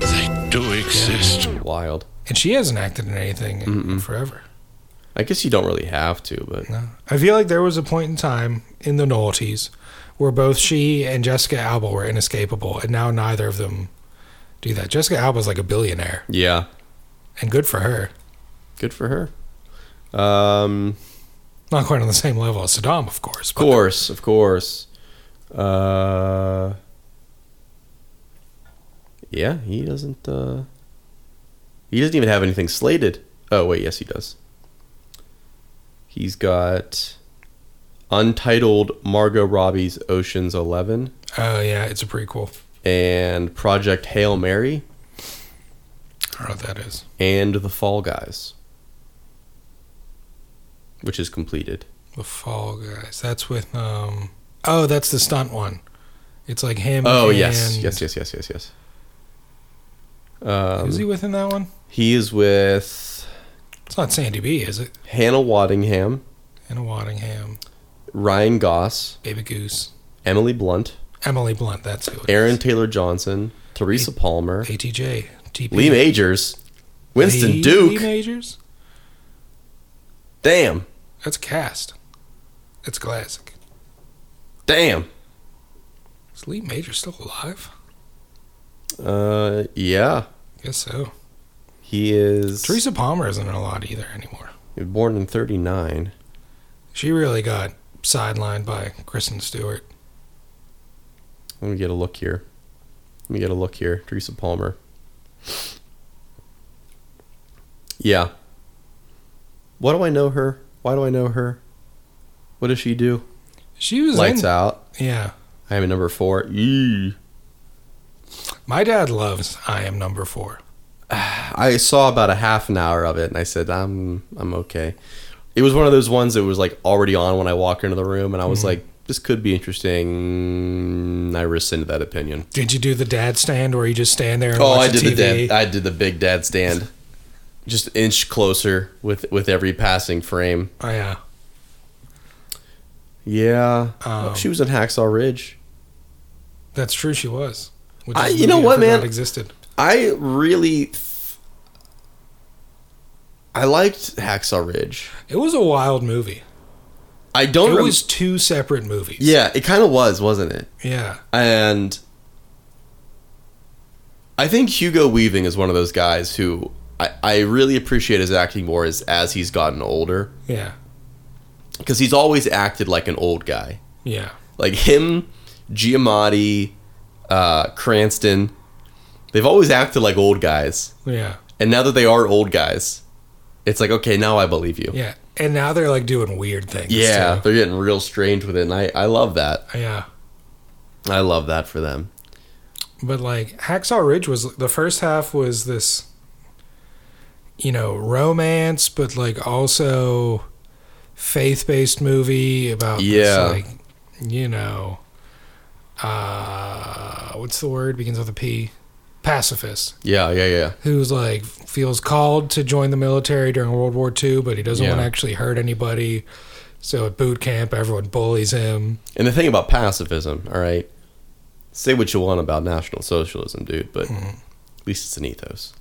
[SPEAKER 1] They do exist.
[SPEAKER 4] wild.
[SPEAKER 3] And she hasn't acted in anything in forever.
[SPEAKER 4] I guess you don't really have to, but
[SPEAKER 3] No. I feel like there was a point in time in the noughties where both she and Jessica Alba were inescapable, and now neither of them do that. Jessica Alba's like a billionaire,
[SPEAKER 4] yeah.
[SPEAKER 3] and good for her.
[SPEAKER 4] Good for her. Um,
[SPEAKER 3] Not quite on the same level as Saddam, of course.
[SPEAKER 4] of course, of course. Uh, yeah, he doesn't. Uh, he doesn't even have anything slated. Oh wait, yes, he does. He's got untitled Margot Robbie's Ocean's Eleven
[SPEAKER 3] Oh, yeah, it's a prequel.
[SPEAKER 4] and Project Hail Mary
[SPEAKER 3] I don't know what that is.
[SPEAKER 4] and The Fall Guys, which is completed.
[SPEAKER 3] The Fall Guys. That's with um. Oh, that's the stunt one. It's like him.
[SPEAKER 4] Oh
[SPEAKER 3] and,
[SPEAKER 4] yes, yes, yes, yes, yes, yes. Um,
[SPEAKER 3] Is he within that one?
[SPEAKER 4] He is with
[SPEAKER 3] It's not Sandy B, is it?
[SPEAKER 4] Hannah Waddingham,
[SPEAKER 3] Anna Waddingham,
[SPEAKER 4] Ryan Goss,
[SPEAKER 3] Baby Goose,
[SPEAKER 4] Emily Blunt,
[SPEAKER 3] Emily Blunt. That's who. it is.
[SPEAKER 4] Aaron Taylor Johnson, Teresa Palmer,
[SPEAKER 3] ATJ. TP.
[SPEAKER 4] Lee Majors, Winston
[SPEAKER 3] Lee- Lee
[SPEAKER 4] Duke.
[SPEAKER 3] Majors.
[SPEAKER 4] Damn,
[SPEAKER 3] That's cast. That's classic.
[SPEAKER 4] damn.
[SPEAKER 3] Is Lee Majors still alive?
[SPEAKER 4] Uh, yeah,
[SPEAKER 3] Guess so.
[SPEAKER 4] he is
[SPEAKER 3] Teresa Palmer isn't in a lot either anymore.
[SPEAKER 4] born in '39.
[SPEAKER 3] She really got sidelined by Kristen Stewart.
[SPEAKER 4] Let me get a look here. Let me get a look here. Teresa Palmer. Yeah. Why do I know her? Why do I know her? What does she do?
[SPEAKER 3] She was
[SPEAKER 4] Lights
[SPEAKER 3] in,
[SPEAKER 4] out.
[SPEAKER 3] Yeah.
[SPEAKER 4] I am a number four. Eee.
[SPEAKER 3] My dad loves I Am Number Four.
[SPEAKER 4] I saw about a half an hour of it, and I said, "I'm, I'm okay." It was one of those ones that was like already on when I walked into the room, and I was
[SPEAKER 3] Mm-hmm.
[SPEAKER 4] like, "This could be interesting." I rescinded that opinion.
[SPEAKER 3] Did you do the dad stand where you just stand there and
[SPEAKER 4] Oh, I
[SPEAKER 3] watch
[SPEAKER 4] did
[SPEAKER 3] the TV?
[SPEAKER 4] the dad. I did the big dad stand, just inch closer with with every passing frame.
[SPEAKER 3] oh, yeah.
[SPEAKER 4] Yeah,
[SPEAKER 3] Um,
[SPEAKER 4] she was in Hacksaw Ridge.
[SPEAKER 3] That's true. She was. Which
[SPEAKER 4] I-
[SPEAKER 3] is a
[SPEAKER 4] you know
[SPEAKER 3] movie I
[SPEAKER 4] what,
[SPEAKER 3] forgot
[SPEAKER 4] man?
[SPEAKER 3] Existed.
[SPEAKER 4] I really, th- I liked Hacksaw Ridge.
[SPEAKER 3] It was a wild movie.
[SPEAKER 4] I don't.
[SPEAKER 3] It
[SPEAKER 4] rem-
[SPEAKER 3] was two separate movies.
[SPEAKER 4] Yeah, it kind of was, wasn't it?
[SPEAKER 3] Yeah.
[SPEAKER 4] And I think Hugo Weaving is one of those guys who I, I really appreciate his acting more as as he's gotten older
[SPEAKER 3] Yeah.
[SPEAKER 4] because he's always acted like an old guy.
[SPEAKER 3] Yeah.
[SPEAKER 4] like him, Giamatti, uh, Cranston, they've always acted like old guys,
[SPEAKER 3] Yeah.
[SPEAKER 4] and now that they are old guys, it's like okay, now I believe you.
[SPEAKER 3] Yeah. And now they're like doing weird things.
[SPEAKER 4] Yeah,
[SPEAKER 3] too.
[SPEAKER 4] they're getting real strange with it, and I, I love that.
[SPEAKER 3] Yeah.
[SPEAKER 4] I love that for them.
[SPEAKER 3] But like Hacksaw Ridge was the first half was this, you know, romance, but like also faith based movie about this,
[SPEAKER 4] Yeah.
[SPEAKER 3] like, you know, uh, what's the word begins with a P, pacifist
[SPEAKER 4] Yeah, yeah, yeah.
[SPEAKER 3] who's like feels called to join the military during World War II, but he doesn't
[SPEAKER 4] Yeah.
[SPEAKER 3] want to actually hurt anybody. So at boot camp, everyone bullies him.
[SPEAKER 4] And the thing about pacifism, all right, Say what you want about National Socialism, dude, but
[SPEAKER 3] Mm-hmm.
[SPEAKER 4] at least it's an ethos.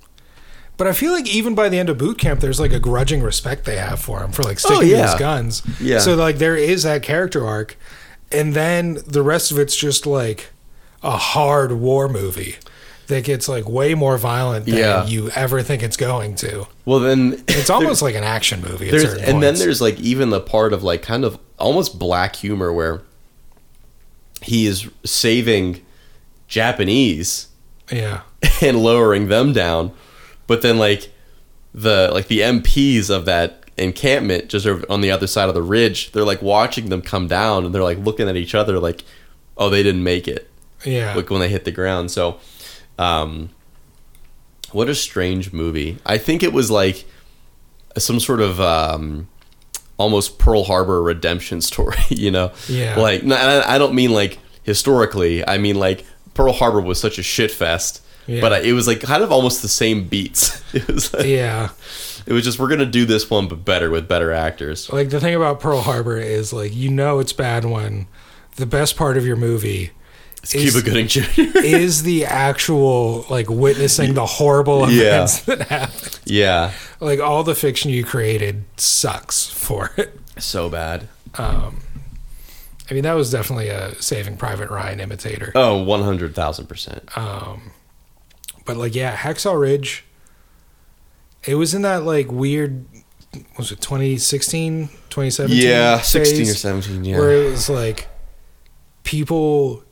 [SPEAKER 3] But I feel like even by the end of boot camp, there's like a grudging respect they have for him for like sticking to
[SPEAKER 4] Oh, yeah.
[SPEAKER 3] his guns.
[SPEAKER 4] Yeah.
[SPEAKER 3] So like there is that character arc, and then the rest of it's just like a hard war movie that gets like way more violent than
[SPEAKER 4] Yeah.
[SPEAKER 3] you ever think it's going to.
[SPEAKER 4] Well, then
[SPEAKER 3] It's almost like an action movie. At
[SPEAKER 4] there's
[SPEAKER 3] certain
[SPEAKER 4] and then
[SPEAKER 3] points.
[SPEAKER 4] there's like even the part of like kind of almost black humor where he is saving Japanese
[SPEAKER 3] yeah.
[SPEAKER 4] and lowering them down, but then like the like the MPs of that encampment just over on the other side of the ridge, they're like watching them come down and they're like looking at each other like, oh, they didn't make it.
[SPEAKER 3] Yeah.
[SPEAKER 4] like when they hit the ground. So, um, what a strange movie. I think it was like some sort of um, almost Pearl Harbor redemption story. You know,
[SPEAKER 3] Yeah.
[SPEAKER 4] Like, no, I I don't mean like historically. I mean like Pearl Harbor was such a shit fest.
[SPEAKER 3] Yeah.
[SPEAKER 4] But I, it was like kind of almost the same beats. It was like,
[SPEAKER 3] yeah.
[SPEAKER 4] it was just we're gonna do this one but better with better actors.
[SPEAKER 3] Like the thing about Pearl Harbor is like you know it's bad when the best part of your movie
[SPEAKER 4] It's Cuba Gooding Jr.
[SPEAKER 3] is the actual like witnessing the horrible
[SPEAKER 4] Yeah.
[SPEAKER 3] events that happened.
[SPEAKER 4] yeah,
[SPEAKER 3] Like all the fiction you created sucks for it.
[SPEAKER 4] so bad.
[SPEAKER 3] I mean, that was definitely a Saving Private Ryan imitator. Um,
[SPEAKER 4] Oh, one hundred thousand percent.
[SPEAKER 3] But like, yeah, Hacksaw Ridge. It was in that like weird. Was it 2016, 2017?
[SPEAKER 4] Yeah, sixteen or
[SPEAKER 3] phase?
[SPEAKER 4] seventeen. Yeah,
[SPEAKER 3] where it was like people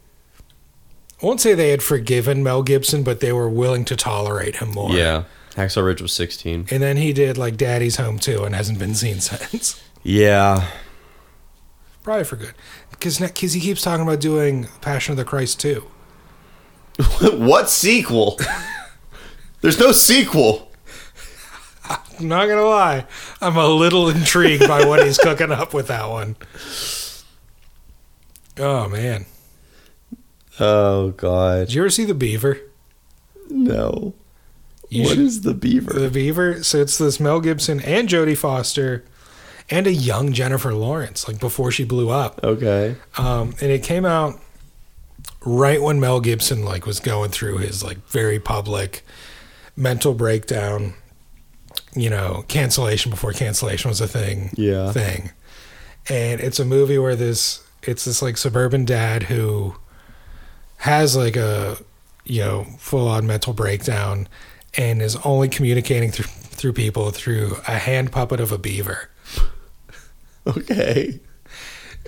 [SPEAKER 3] I won't say they had forgiven Mel Gibson, but they were willing to tolerate him more.
[SPEAKER 4] Yeah. Hacksaw Ridge was 16.
[SPEAKER 3] And then he did like Daddy's Home too and hasn't been seen since.
[SPEAKER 4] Yeah.
[SPEAKER 3] Probably for good. Because cause he keeps talking about doing Passion of the Christ too.
[SPEAKER 4] what sequel? There's no sequel.
[SPEAKER 3] I'm not going to lie. I'm a little intrigued by what he's cooking up with that one. Oh, man.
[SPEAKER 4] Oh, God.
[SPEAKER 3] Did you ever see The Beaver?
[SPEAKER 4] No. What
[SPEAKER 3] You
[SPEAKER 4] is
[SPEAKER 3] should-
[SPEAKER 4] the beaver?
[SPEAKER 3] The Beaver. So it's this Mel Gibson and Jodie Foster and a young Jennifer Lawrence, like before she blew up.
[SPEAKER 4] Okay.
[SPEAKER 3] Um, and it came out right when Mel Gibson like was going through his like very public mental breakdown. You know, cancellation before cancellation was a thing.
[SPEAKER 4] Yeah.
[SPEAKER 3] Thing. And it's a movie where this it's this like suburban dad who has like a you know full on mental breakdown and is only communicating through through people through a hand puppet of a beaver
[SPEAKER 4] Okay.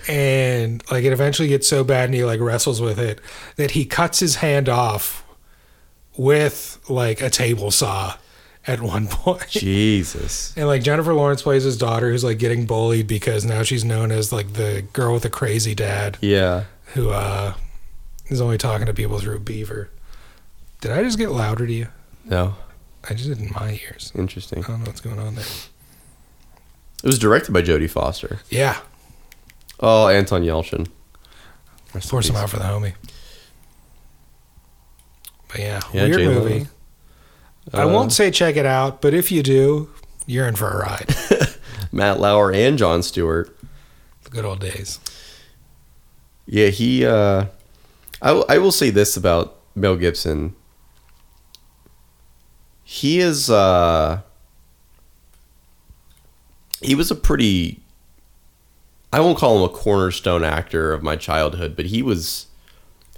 [SPEAKER 3] and like it eventually gets so bad and he like wrestles with it that he cuts his hand off with like a table saw at one point
[SPEAKER 4] Jesus.
[SPEAKER 3] and like jennifer lawrence plays his daughter who's like getting bullied because now she's known as like the girl with a crazy dad
[SPEAKER 4] Yeah.
[SPEAKER 3] who uh is only talking to people through a beaver did i just get louder to you
[SPEAKER 4] No.
[SPEAKER 3] i just did in my ears
[SPEAKER 4] Interesting.
[SPEAKER 3] i don't know what's going on there
[SPEAKER 4] It was directed by Jodie Foster.
[SPEAKER 3] yeah
[SPEAKER 4] Oh, Anton Yelchin. Rest in
[SPEAKER 3] pour some
[SPEAKER 4] peace.
[SPEAKER 3] out for the homie but yeah,
[SPEAKER 4] Yeah,
[SPEAKER 3] weird
[SPEAKER 4] J-Lo.
[SPEAKER 3] movie I
[SPEAKER 4] Uh,
[SPEAKER 3] won't say check it out, but if you do, you're in for a ride.
[SPEAKER 4] Matt Lauer and John Stewart.
[SPEAKER 3] The good old days.
[SPEAKER 4] Yeah, he. Uh, I will- I will say this about Mel Gibson. He is. Uh, he was a pretty. I won't call him a cornerstone actor of my childhood, but he was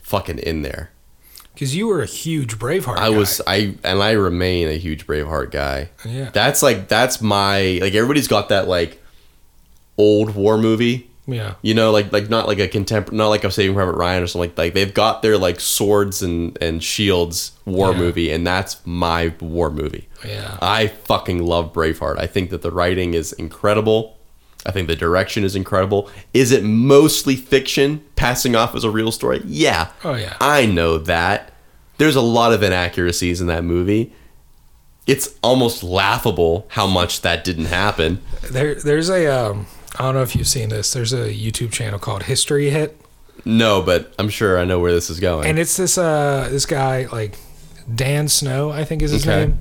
[SPEAKER 4] fucking in there.
[SPEAKER 3] Because you were a huge Braveheart. guy.
[SPEAKER 4] I was I and I remain a huge Braveheart guy.
[SPEAKER 3] Yeah.
[SPEAKER 4] That's like that's my like everybody's got that like old war movie
[SPEAKER 3] Yeah.
[SPEAKER 4] you know, like like not like a contemporary, not like a Saving Private Ryan or something like like they've got their like swords and and shields war
[SPEAKER 3] Yeah.
[SPEAKER 4] movie, and that's my war movie.
[SPEAKER 3] Yeah.
[SPEAKER 4] I fucking love Braveheart. I think that the writing is incredible. I think the direction is incredible. Is it mostly fiction passing off as a real story? Yeah.
[SPEAKER 3] Oh, yeah.
[SPEAKER 4] I know that. There's a lot of inaccuracies in that movie. It's almost laughable how much that didn't happen.
[SPEAKER 3] There, there's a. Um, I don't know if you've seen this. There's a YouTube channel called History Hit,
[SPEAKER 4] No, but I'm sure I know where this is going.
[SPEAKER 3] and it's this uh this guy like Dan Snow, I think is his
[SPEAKER 4] Okay.
[SPEAKER 3] name,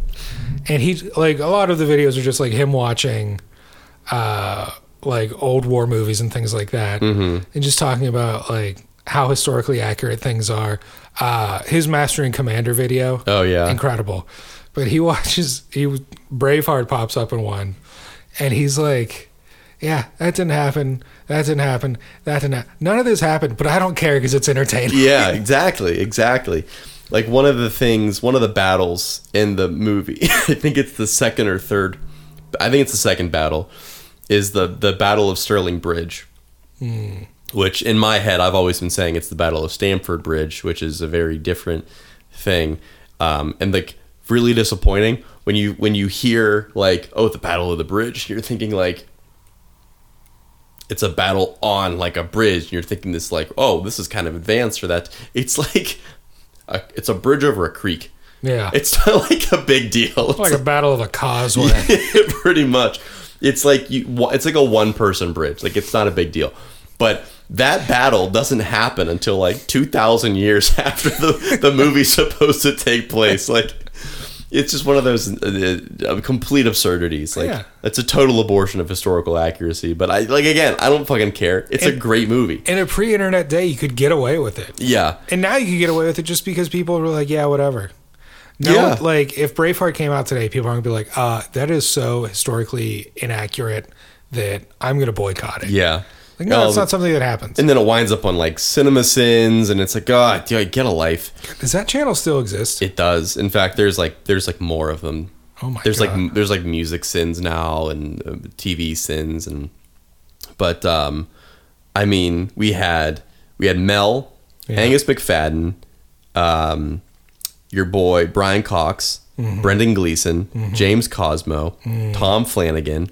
[SPEAKER 3] and he like a lot of the videos are just like him watching,
[SPEAKER 4] Mm-hmm.
[SPEAKER 3] uh, like old war movies and things like that, and just talking about like how historically accurate things are. Uh, his Master and Commander video,
[SPEAKER 4] Oh yeah.
[SPEAKER 3] incredible. But he watches he Braveheart pops up in one, and he's like, "Yeah, that didn't happen. That didn't happen. That didn't. hap- None of this happened. But I don't care because it's entertaining."
[SPEAKER 4] yeah, exactly, exactly. Like one of the things, one of the battles in the movie, I think it's the second or third, I think it's the second battle, is the the Battle of Sterling Bridge, which in my head I've always been saying it's the Battle of Stamford Bridge, which is a very different thing, um, and like really disappointing when you when you hear like oh the Battle of the Bridge, you're thinking like it's a battle on like a bridge and you're thinking this like oh this is kind of advanced for that it's like a, it's a bridge over a creek
[SPEAKER 3] Yeah, it's
[SPEAKER 4] it's not like a big deal it's
[SPEAKER 3] Ah. like a battle of a causeway.
[SPEAKER 4] pretty much it's like you wa- it's like a one person bridge like it's not a big deal but that battle doesn't happen until like 2000 years after the, the movie's supposed to take place like it's just one of those uh, uh, complete absurdities like
[SPEAKER 3] Yeah.
[SPEAKER 4] it's a total abortion of historical accuracy but i like again i don't fucking care it's a
[SPEAKER 3] And-
[SPEAKER 4] great movie
[SPEAKER 3] In a pre-internet day, you could get away with it.
[SPEAKER 4] yeah
[SPEAKER 3] And now you can get away with it just because people were like, yeah, whatever. No,
[SPEAKER 4] Yeah.
[SPEAKER 3] like if Braveheart came out today, people aren't gonna be like, uh, that is so historically inaccurate that I'm gonna boycott it.
[SPEAKER 4] yeah
[SPEAKER 3] Like, no, it's
[SPEAKER 4] Um,
[SPEAKER 3] not something that happens.
[SPEAKER 4] and then it winds up on like cinema sins and it's like god dude, get a life
[SPEAKER 3] Does that channel still exist?
[SPEAKER 4] It does. In fact, there's like there's like more of them.
[SPEAKER 3] Oh my
[SPEAKER 4] There's like
[SPEAKER 3] God.
[SPEAKER 4] m- there's like music sins now and uh, TV sins and but um I mean, we had we had Mel, Angus McFadden, um your boy Brian Cox,
[SPEAKER 3] Mm-hmm.
[SPEAKER 4] Brendan Gleeson, James Cosmo,
[SPEAKER 3] Mm.
[SPEAKER 4] Tom Flanagan.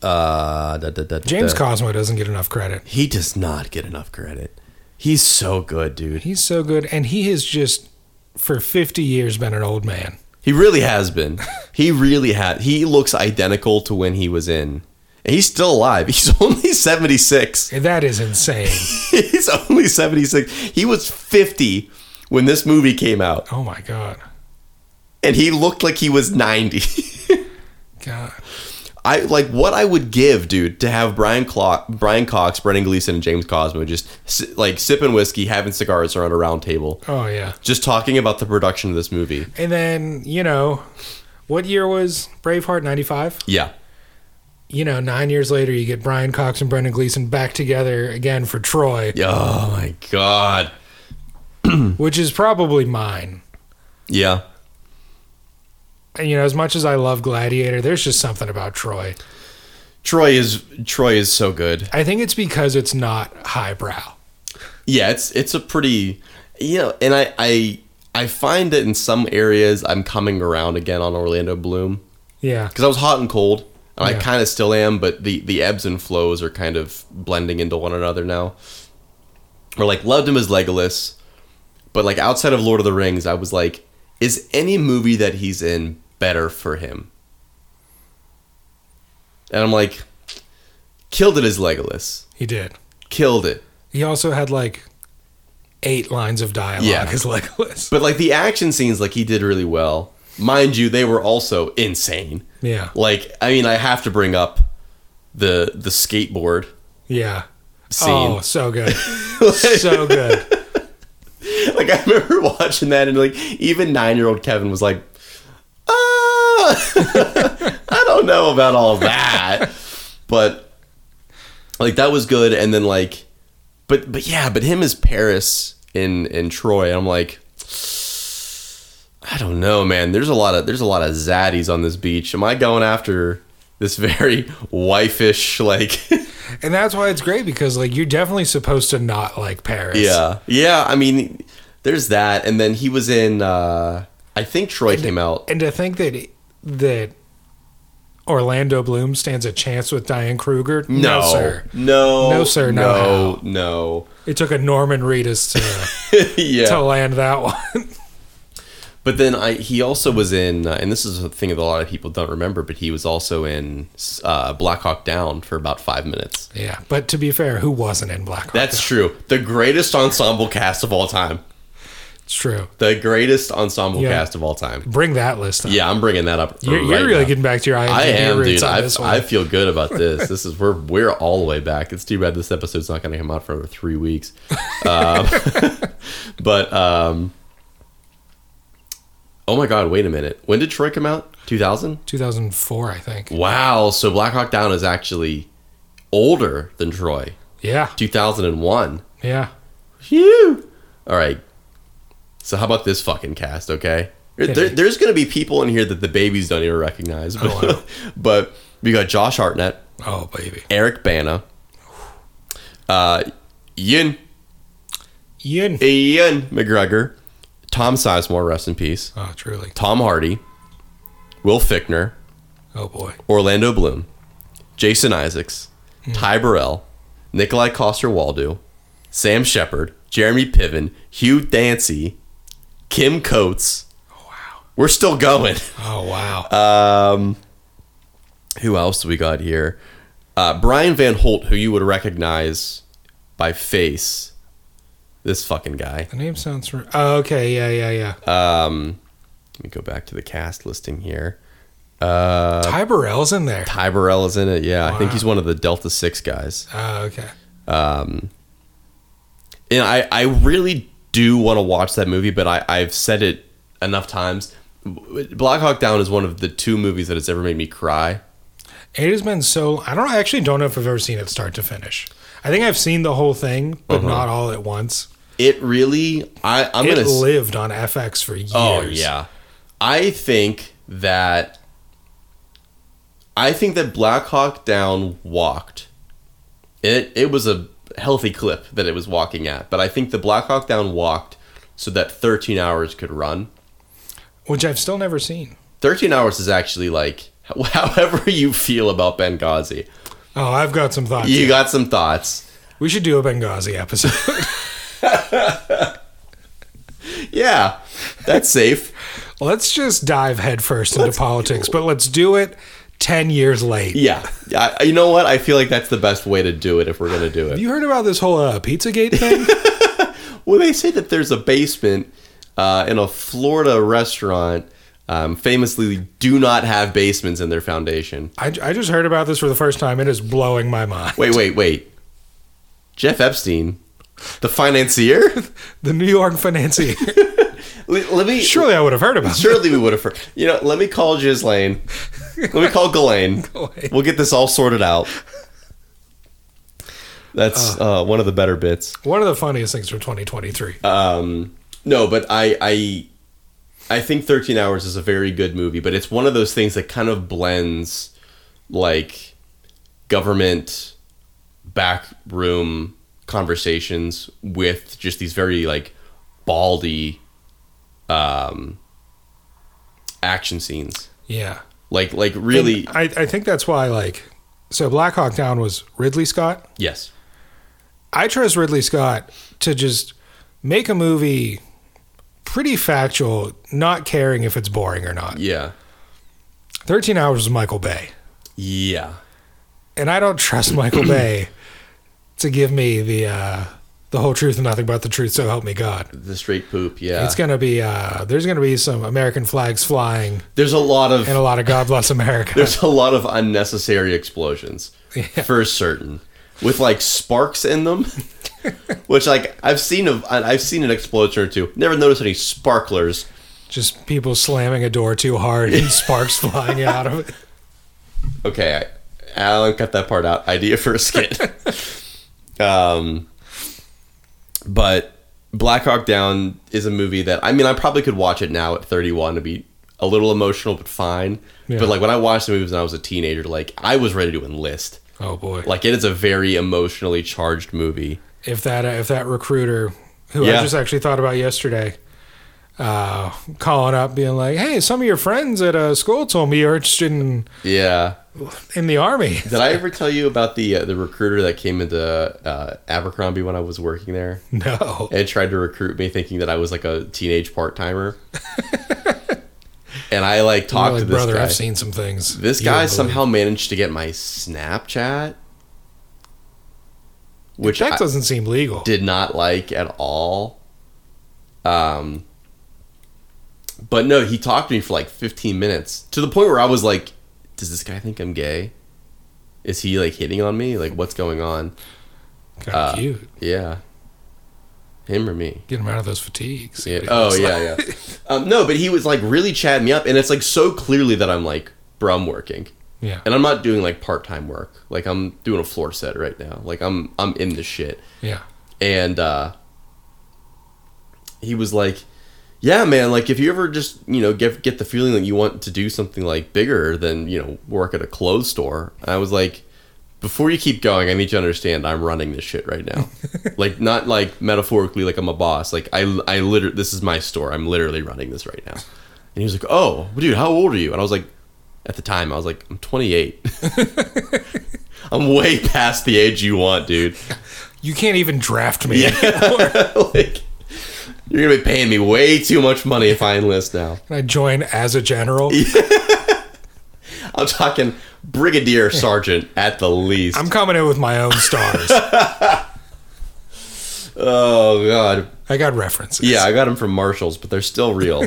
[SPEAKER 4] Uh da, da, da, da,
[SPEAKER 3] James
[SPEAKER 4] da.
[SPEAKER 3] Cosmo doesn't get enough credit.
[SPEAKER 4] He does not get enough credit. He's so good, dude.
[SPEAKER 3] He's so good, and he has just for 50 years been an old man.
[SPEAKER 4] He really has been. He really had. He looks identical to when he was in. And he's still alive. He's only 76.
[SPEAKER 3] That is insane.
[SPEAKER 4] he's only 76. He was 50 when this movie came out.
[SPEAKER 3] oh my god,
[SPEAKER 4] And he looked like he was 90.
[SPEAKER 3] God,
[SPEAKER 4] I like what I would give, dude, to have Brian Clock, Brian Cox, Brendan Gleeson, and James Cosmo just si- like sipping whiskey, having cigars around a round table,
[SPEAKER 3] oh yeah.
[SPEAKER 4] just talking about the production of this movie.
[SPEAKER 3] And then you know, what year was Braveheart? 95.
[SPEAKER 4] Yeah,
[SPEAKER 3] you know, nine years later, you get Brian Cox and Brendan Gleeson back together again for Troy,
[SPEAKER 4] Yeah. Oh my god. Mm-hmm.
[SPEAKER 3] which is probably mine.
[SPEAKER 4] Yeah.
[SPEAKER 3] And, you know, as much as I love Gladiator, there's just something about Troy.
[SPEAKER 4] Troy is Troy is so good.
[SPEAKER 3] I think it's because it's not highbrow.
[SPEAKER 4] yeah it's it's a pretty you know and i i i find that in some areas i'm coming around again on orlando bloom
[SPEAKER 3] Yeah.
[SPEAKER 4] because i was hot and cold and i
[SPEAKER 3] Yeah.
[SPEAKER 4] kind of still am but the the ebbs and flows are kind of blending into one another now or like loved him as legolas but like outside of lord of the rings i was like is any movie that he's in better for him and i'm like killed it as legolas
[SPEAKER 3] He did.
[SPEAKER 4] killed it
[SPEAKER 3] He also had like eight lines of dialogue
[SPEAKER 4] Yeah.
[SPEAKER 3] as Legolas.
[SPEAKER 4] But like the action scenes, like he did really well. Mind you, they were also insane.
[SPEAKER 3] Yeah.
[SPEAKER 4] Like, I mean, I have to bring up the the skateboard
[SPEAKER 3] Yeah.
[SPEAKER 4] scene.
[SPEAKER 3] Oh, so good. so good.
[SPEAKER 4] Like I remember watching that and like even nine year old Kevin was like, uh, I don't know about all that. But like that was good and then like but but yeah, but him as Paris in in Troy, I'm like I don't know, man. There's a lot of there's a lot of zaddies on this beach. Am I going after this very wifeish like
[SPEAKER 3] And that's why it's great because, like, you're definitely supposed to not like Paris.
[SPEAKER 4] Yeah. Yeah, I mean there's that and then he was in uh I think Troy came out.
[SPEAKER 3] And to think that that Orlando Bloom stands a chance with Diane Kruger?
[SPEAKER 4] No,
[SPEAKER 3] sir.
[SPEAKER 4] No,
[SPEAKER 3] No, sir, no
[SPEAKER 4] no, no.
[SPEAKER 3] It took a Norman Reedus to,
[SPEAKER 4] yeah,
[SPEAKER 3] to land that one.
[SPEAKER 4] but then I he also was in, uh, and this is a thing that a lot of people don't remember, but he was also in uh, Black Hawk Down for about five minutes.
[SPEAKER 3] yeah, but Oh, to be fair, who wasn't in Black Hawk?
[SPEAKER 4] That's
[SPEAKER 3] Down?
[SPEAKER 4] true. The greatest ensemble cast of all time.
[SPEAKER 3] It's true.
[SPEAKER 4] The greatest ensemble
[SPEAKER 3] Yeah.
[SPEAKER 4] cast of all time.
[SPEAKER 3] Bring that list up.
[SPEAKER 4] Yeah, I'm bringing that up.
[SPEAKER 3] You're, you're
[SPEAKER 4] right
[SPEAKER 3] really
[SPEAKER 4] now.
[SPEAKER 3] getting back to your IMDb
[SPEAKER 4] I am,
[SPEAKER 3] roots
[SPEAKER 4] dude.
[SPEAKER 3] on
[SPEAKER 4] I,
[SPEAKER 3] this one.
[SPEAKER 4] I feel good about this. This is we're we're all the way back. It's too bad this episode's not going to come out for over three weeks. Um, but um, oh my god, wait a minute. When did Troy come out? Two thousand.
[SPEAKER 3] 2004, I think.
[SPEAKER 4] Wow. So Black Hawk Down is actually older than Troy.
[SPEAKER 3] Yeah,
[SPEAKER 4] Two thousand and one.
[SPEAKER 3] yeah.
[SPEAKER 4] Phew. All right. So how about this fucking cast? Okay. There- there- there's going to be people in here that the babies don't even recognize. But, but we got Josh Hartnett,
[SPEAKER 3] Oh, baby.
[SPEAKER 4] Eric Bana, uh, Ian
[SPEAKER 3] Ian.
[SPEAKER 4] Ian McGregor, Tom Sizemore, rest in peace,
[SPEAKER 3] Oh, truly.
[SPEAKER 4] Tom Hardy, Will Fickner,
[SPEAKER 3] Oh, boy.
[SPEAKER 4] Orlando Bloom, Jason Isaacs, Ty Burrell, Nikolai Coster Waldo, Sam Shepard, Jeremy Piven, Hugh Dancy, Kim Coates. Wow. We're still going.
[SPEAKER 3] Oh, wow.
[SPEAKER 4] Um, who else do we got here? Uh, Brian Van Holt, who you would recognize by face. This fucking guy.
[SPEAKER 3] the name sounds. Re- oh, okay. Yeah, yeah, yeah.
[SPEAKER 4] Um, let me go back to the cast listing here. Uh,
[SPEAKER 3] Ty Burrell's in there.
[SPEAKER 4] Ty Burrell is in it. Yeah, I think
[SPEAKER 3] Wow.
[SPEAKER 4] he's one of the Delta Six guys.
[SPEAKER 3] Oh, okay.
[SPEAKER 4] Um, and I, I really do want to watch that movie, but I, I've said it enough times. Black Hawk Down is one of the two movies that has ever made me cry.
[SPEAKER 3] It has been so. I don't. I actually don't know if I've ever seen it start to finish. I think I've seen the whole thing, but not all at once.
[SPEAKER 4] It really, I, Uh-huh. I'm
[SPEAKER 3] it
[SPEAKER 4] gonna. s-
[SPEAKER 3] lived on FX for years.
[SPEAKER 4] oh yeah, I think that. I think that Black Hawk Down walked. It it was a healthy clip that it was walking at, but I think the Black Hawk Down walked so that 13 hours could run.
[SPEAKER 3] which I've still never seen.
[SPEAKER 4] 13 hours is actually like h- however you feel about Benghazi.
[SPEAKER 3] Oh, I've got some thoughts.
[SPEAKER 4] You got some thoughts.
[SPEAKER 3] We should do a Benghazi episode.
[SPEAKER 4] Yeah, that's safe.
[SPEAKER 3] let's just dive headfirst into politics, but let's do it ten years late.
[SPEAKER 4] Yeah. I, I- you know what? I feel like that's the best way to do it if we're going to do
[SPEAKER 3] Have
[SPEAKER 4] it.
[SPEAKER 3] you heard about this whole uh, PizzaGate thing?
[SPEAKER 4] Well, they say that there's a basement uh, in a Florida restaurant. Um, famously, do not have basements in their foundation.
[SPEAKER 3] I, I just heard about this for the first time. It is blowing my mind.
[SPEAKER 4] Wait, wait, wait. Jeff Epstein, the financier?
[SPEAKER 3] The New York financier.
[SPEAKER 4] let let me.
[SPEAKER 3] Surely I would have heard about it.
[SPEAKER 4] Surely we would have. You know, let me call Ghislaine. Let me call Ghislaine.
[SPEAKER 3] Ghislaine.
[SPEAKER 4] We'll get this all sorted out. That's uh, one of the better bits.
[SPEAKER 3] One of the funniest things from 2023.
[SPEAKER 4] Um, no, but I, I, I think Thirteen Hours is a very good movie, but it's one of those things that kind of blends, like, government backroom conversations with just these very like baldy, um, action scenes.
[SPEAKER 3] yeah.
[SPEAKER 4] Like, like really,
[SPEAKER 3] And I, I think that's why, like, so Black Hawk Down was Ridley Scott.
[SPEAKER 4] yes.
[SPEAKER 3] I trust Ridley Scott to just make a movie pretty factual, not caring if it's boring or not.
[SPEAKER 4] Yeah.
[SPEAKER 3] 13 Hours was Michael Bay.
[SPEAKER 4] Yeah.
[SPEAKER 3] And I don't trust Michael Bay to give me the, uh, the whole truth and nothing but the truth, so help me God.
[SPEAKER 4] The straight poop, yeah.
[SPEAKER 3] It's gonna be uh there's gonna be some American flags flying
[SPEAKER 4] there's a lot of
[SPEAKER 3] and a lot of God bless America.
[SPEAKER 4] there's a lot of unnecessary explosions for certain. With like sparks in them. Which like I've seen a I've seen an explosion or two. Never noticed any sparklers.
[SPEAKER 3] Just people slamming a door too hard and sparks flying out of it.
[SPEAKER 4] Okay, I, Alan cut that part out. Idea for a skit. um but Black Hawk Down is a movie that I mean I probably could watch it now at 31 to be a little emotional but fine.
[SPEAKER 3] Yeah.
[SPEAKER 4] But like when I watched the movies when I was a teenager, like I was ready to enlist.
[SPEAKER 3] Oh boy!
[SPEAKER 4] Like it is a very emotionally charged movie.
[SPEAKER 3] if that uh, if that recruiter who
[SPEAKER 4] Yeah.
[SPEAKER 3] I just actually thought about yesterday, uh, calling up being like, "Hey, some of your friends at uh, school told me you're interested in
[SPEAKER 4] Yeah.
[SPEAKER 3] in the army."
[SPEAKER 4] Did I ever tell you about the uh, the recruiter that came into uh, Abercrombie when I was working there
[SPEAKER 3] No,
[SPEAKER 4] and tried to recruit me, thinking that I was like a teenage part timer? and I like talked
[SPEAKER 3] Really,
[SPEAKER 4] to this
[SPEAKER 3] brother,
[SPEAKER 4] guy.
[SPEAKER 3] I've seen some things.
[SPEAKER 4] this
[SPEAKER 3] You wouldn't
[SPEAKER 4] guy
[SPEAKER 3] believe.
[SPEAKER 4] somehow managed to get my Snapchat, which
[SPEAKER 3] that
[SPEAKER 4] I
[SPEAKER 3] doesn't seem legal.
[SPEAKER 4] did not like at all. Um, but no, he talked to me for like 15 minutes to the point where I was like, does this guy think I'm gay? Is he like hitting on me? Like, what's going on?
[SPEAKER 3] Kind of
[SPEAKER 4] Uh,
[SPEAKER 3] cute.
[SPEAKER 4] Yeah. Him or me?
[SPEAKER 3] Get him out of those fatigues.
[SPEAKER 4] Yeah. Oh yeah, yeah. Um, no, but he was like really chatting me up, and it's like so clearly that I'm like, bro, I'm working,
[SPEAKER 3] Yeah.
[SPEAKER 4] and I'm not doing like part time work. Like I'm doing a floor set right now. Like I'm I'm in this shit.
[SPEAKER 3] Yeah.
[SPEAKER 4] And uh, he was like, yeah, man. Like if you ever just you know get get the feeling that you want to do something like bigger than you know work at a clothes store, and I was like. Before you keep going, I need you to understand I'm running this shit right now. like not like metaphorically like I'm a boss. Like I I literally this is my store. I'm literally running this right now. And he was like, "Oh, dude, how old are you?" And I was like, at the time I was like, "I'm 28." I'm way past the age you want, dude.
[SPEAKER 3] You can't even draft me. Can
[SPEAKER 4] like you're going to be paying me way too much money if I enlist now.
[SPEAKER 3] I join as a general?
[SPEAKER 4] I'm talking brigadier sergeant at the least.
[SPEAKER 3] I'm coming in with my own stars.
[SPEAKER 4] oh god.
[SPEAKER 3] I got references.
[SPEAKER 4] Yeah, I got them from Marshalls, but they're still real.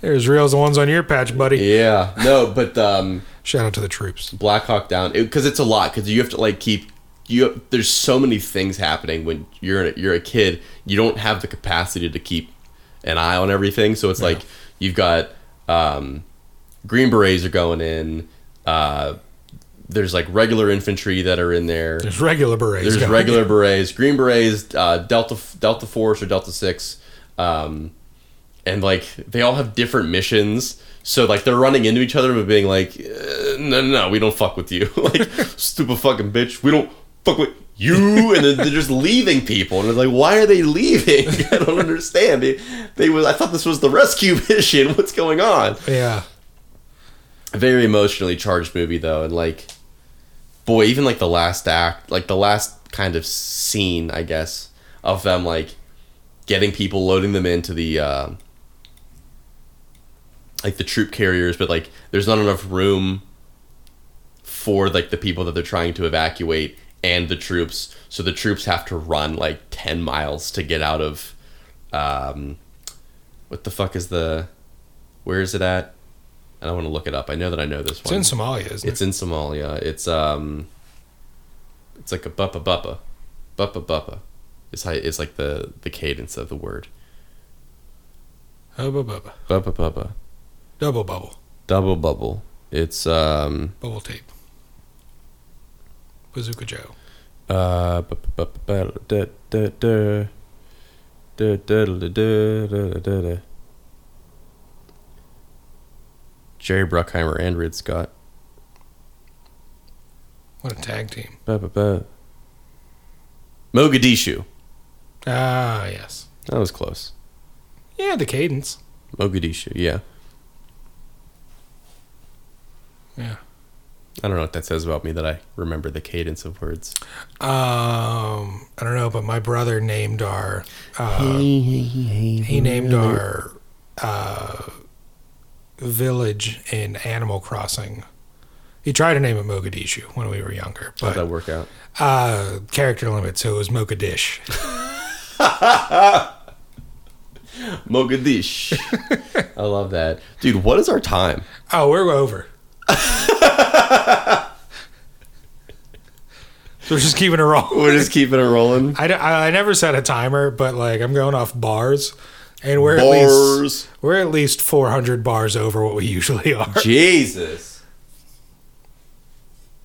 [SPEAKER 3] There's real as the ones on your patch, buddy.
[SPEAKER 4] yeah. No, but um
[SPEAKER 3] Shout out to the troops.
[SPEAKER 4] Black Hawk Down because it's a lot because you have to like keep you. There's so many things happening when you're a, you're a kid. You don't have the capacity to keep an eye on everything. So it's like you've got um, Green Berets are going in. Uh, there's like regular infantry that are in there.
[SPEAKER 3] There's regular berets.
[SPEAKER 4] There's
[SPEAKER 3] going.
[SPEAKER 4] regular berets, green berets, uh, Delta Delta Force or Delta Six, um, and like they all have different missions. So like they're running into each other but being like, uh, no, no, no, we don't fuck with you, like stupid fucking bitch, we don't fuck with you, and then they're just leaving people, and it's like, why are they leaving? I don't understand. They, they was, I thought this was the rescue mission. What's going on?
[SPEAKER 3] Yeah.
[SPEAKER 4] very emotionally charged movie though and like boy even like the last act like the last kind of scene i guess of them like getting people loading them into the uh, like the troop carriers but like there's not enough room for like the people that they're trying to evacuate and the troops so the troops have to run like 10 miles to get out of um what the fuck is the where is it at i don't want to look it up i know that i know this
[SPEAKER 3] It's
[SPEAKER 4] one
[SPEAKER 3] in Somalia, isn't
[SPEAKER 4] it's in Somalia. It's um, it's like a buppa buppa, buppa buppa. Is how is like the the cadence of the word
[SPEAKER 3] it? Hubba bubba.
[SPEAKER 4] buppa buppa.
[SPEAKER 3] Double bubble.
[SPEAKER 4] Double bubble. It's um
[SPEAKER 3] Bubble tape. Bazooka Joe.
[SPEAKER 4] uh buppa buppa da da da da da da da da da da da. Jerry Bruckheimer and Red Scott.
[SPEAKER 3] What a tag team.
[SPEAKER 4] Ba ba ba. Mogadishu.
[SPEAKER 3] Ah, yes.
[SPEAKER 4] That was close.
[SPEAKER 3] Yeah, the cadence.
[SPEAKER 4] Mogadishu. Yeah.
[SPEAKER 3] Yeah.
[SPEAKER 4] I don't know what that says about me that I remember the cadence of words.
[SPEAKER 3] Um, I don't know, but my brother named our. Uh, he named our uh, village in Animal Crossing. He tried to name it Mogadishu when we were younger,
[SPEAKER 4] How'd that
[SPEAKER 3] but
[SPEAKER 4] work out?
[SPEAKER 3] uh, character limit, so it was Mogadish.
[SPEAKER 4] Mogadish. I love that. Dude, what is our time?
[SPEAKER 3] oh, we're over. so we're just keeping it rolling.
[SPEAKER 4] We're just keeping it rolling.
[SPEAKER 3] I, d- I- I never set a timer, but like I'm going off bars, and we're at least
[SPEAKER 4] Bars.
[SPEAKER 3] We're at least 400 bars over what we usually are.
[SPEAKER 4] Jesus.